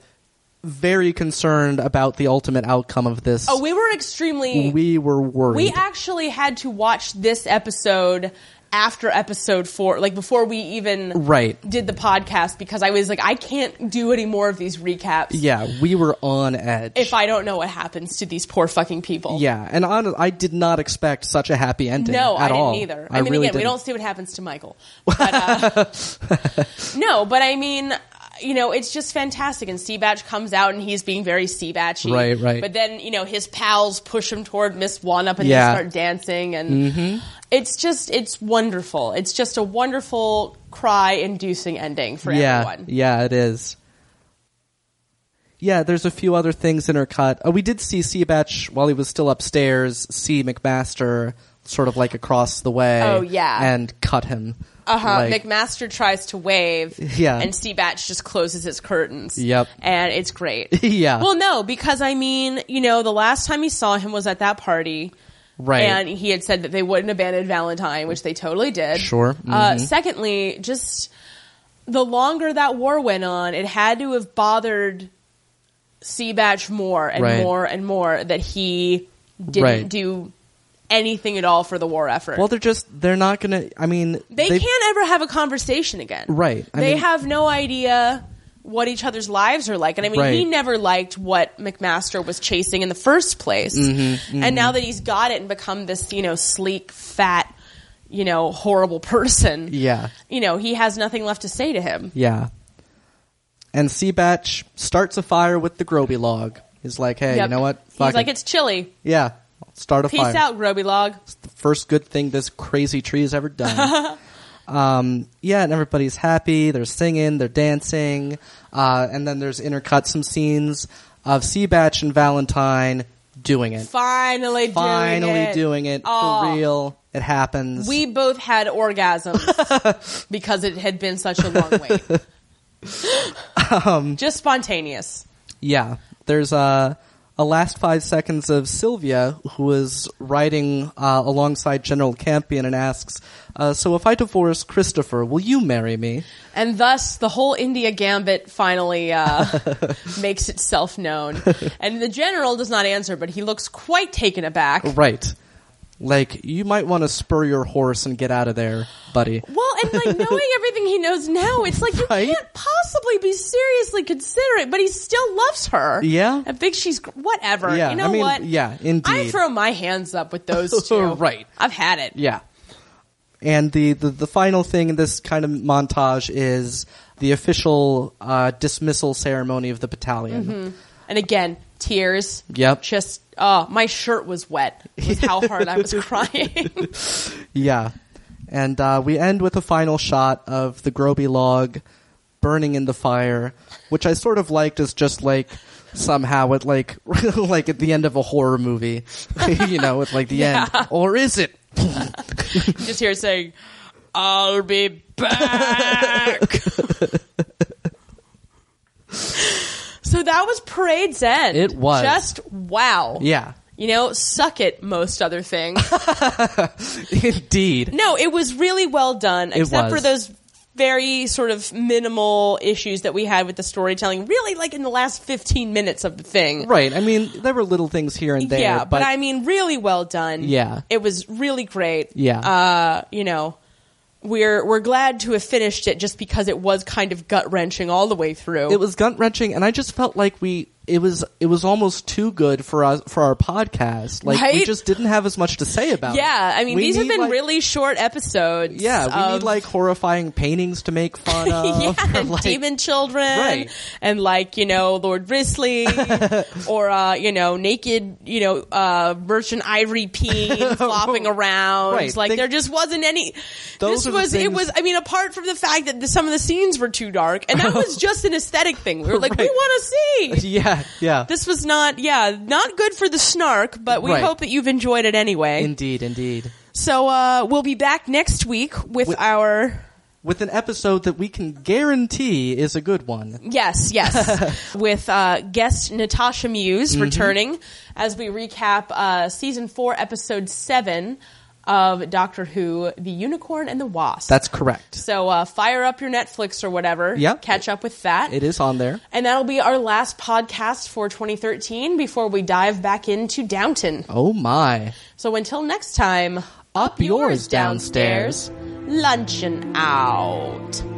A: very concerned about the ultimate outcome of this.
B: Oh, we were extremely.
A: we were worried.
B: we actually had to watch this episode after episode four, like before we even
A: Right.
B: did the podcast, because I was like, I can't do any more of these recaps.
A: yeah, we were on edge.
B: if I don't know what happens to these poor fucking people.
A: yeah, and on, I did not expect such a happy ending.
B: No,
A: at
B: I didn't
A: all.
B: either.
A: I,
B: I, mean,
A: really
B: again, we
A: didn't.
B: don't see what happens to Michael. But, uh, no, but I mean, uh, you know, it's just fantastic. And Seabatch comes out and he's being very Seabatchy.
A: Right, right.
B: But then, you know, his pals push him toward Miss Wanup and
A: Yeah. Mm-hmm.
B: they start dancing. And it's just, it's wonderful. It's just a wonderful cry inducing ending for
A: yeah,
B: everyone.
A: yeah, it is. yeah, there's a few other things in her cut. Uh, we did see Seabatch while he was still upstairs, see McMaster sort of like across the way.
B: Oh, yeah.
A: And cut him.
B: Uh huh.
A: Like,
B: McMaster tries to wave.
A: Yeah.
B: And Seabatch just closes his curtains.
A: Yep.
B: And it's great.
A: Yeah.
B: Well, no, because I mean, you know, the last time he saw him was at that party.
A: Right.
B: And he had said that they wouldn't abandon Valentine, which they totally did.
A: Sure. Mm-hmm.
B: Uh, secondly, just the longer that war went on, it had to have bothered Seabatch more and
A: Right.
B: more and more that he didn't
A: Right.
B: do anything at all for the war effort.
A: well, they're just they're not gonna. I mean,
B: they
A: they've-
B: can't ever have a conversation again.
A: Right. I
B: they
A: mean-
B: have no idea what each other's lives are like. And I mean, he
A: Right.
B: never liked what McMaster was chasing in the first place.
A: Mm-hmm,
B: And now that he's got it and become this, you know, sleek, fat, you know, horrible person,
A: Yeah.
B: you know, he has nothing left to say to him.
A: Yeah. And Seabatch starts a fire with the Groby log. He's like, hey,
B: Yep.
A: you know what?
B: He's
A: Fuck
B: like,
A: it.
B: it's chilly.
A: yeah. Start a
B: Peace
A: fire.
B: out, Groby Log.
A: the first good thing this crazy tree has ever done. um, yeah, and everybody's happy. They're singing, they're dancing, uh, and then there's intercut some scenes of Seabatch and Valentine doing it.
B: Finally,
A: Finally
B: doing it.
A: doing it
B: Aw.
A: for real. It happens.
B: We both had orgasms because it had been such a long wait.
A: Um,
B: Just spontaneous.
A: yeah. There's a a last five seconds of Sylvia who is riding uh, alongside General Campion and asks, uh, "So if I divorce Christopher, will you marry me?"
B: And thus, the whole India gambit finally uh, makes itself known. And the general does not answer, but he looks quite taken aback.
A: Right. Like, you might want to spur your horse and get out of there, buddy.
B: Well, and like knowing everything he knows now, it's like you
A: Right?
B: can't possibly be seriously considerate. But he still loves her.
A: Yeah.
B: I think she's gr- whatever.
A: Yeah,
B: you know
A: I mean,
B: what?
A: yeah,
B: I
A: indeed.
B: throw my hands up with those two.
A: Right.
B: I've had it.
A: Yeah. And the, the, the final thing in this kind of montage is the official uh, dismissal ceremony of the battalion.
B: Mm-hmm. And again, tears.
A: Yep.
B: Just oh, my shirt was wet with how hard I was crying.
A: Yeah. And uh, we end with a final shot of the Groby log burning in the fire, which I sort of liked as just like somehow at like like at the end of a horror movie, you know, at like the end, or is it?
B: just here saying, "I'll be back." so that was Parade's End.
A: It was.
B: just wow.
A: Yeah,
B: You know, suck it. Most other things.
A: indeed.
B: no, it was really well done, except for
A: was.
B: those very sort of minimal issues that we had with the storytelling. Really, like in the last fifteen minutes of the thing.
A: Right. I mean, there were little things here and there.
B: yeah, but, I mean, really well done.
A: Yeah.
B: it was really great.
A: Yeah.
B: uh, you know, we're we're glad to have finished it just because it was kind of gut wrenching all the way through.
A: it was gut wrenching, and I just felt like we it was it was almost too good for us for our podcast. Like we
B: Right?
A: just didn't have as much to say about.
B: yeah,
A: it.
B: I mean,
A: We
B: these have
A: need,
B: been
A: like-
B: really short episodes.
A: Yeah, we
B: of,
A: need like horrifying paintings to make fun of.
B: Um, yeah,
A: or, like-
B: demon children,
A: Right.
B: and like you know Lord Risley, or uh, you know naked, you know uh, merchant ivory peen flopping around.
A: Right.
B: Like
A: They-
B: there just wasn't any.
A: Those
B: this
A: are the
B: was it
A: things-
B: was. I mean, apart from the fact that the, some of the scenes were too dark, and that was just an aesthetic thing. We were like, we
A: Right.
B: want to see.
A: Yeah, yeah.
B: This was not, yeah, not good for the snark, but we
A: Right.
B: hope that you've enjoyed it anyway.
A: indeed, indeed.
B: so uh, we'll be back next week with our
A: With an episode that we can guarantee is a good one.
B: Yes, yes. With uh, guest Natasha Muse
A: Mm-hmm.
B: returning as we recap uh, season four, episode seven of Doctor Who The Unicorn and the Wasp.
A: That's correct.
B: so uh, fire up your Netflix or whatever.
A: Yeah.
B: Catch up with that.
A: It is on there.
B: And that'll be our last podcast for 2013 before we dive back into Downton.
A: Oh my.
B: So until next time,
A: Up yours, downstairs.
B: downstairs, luncheon out.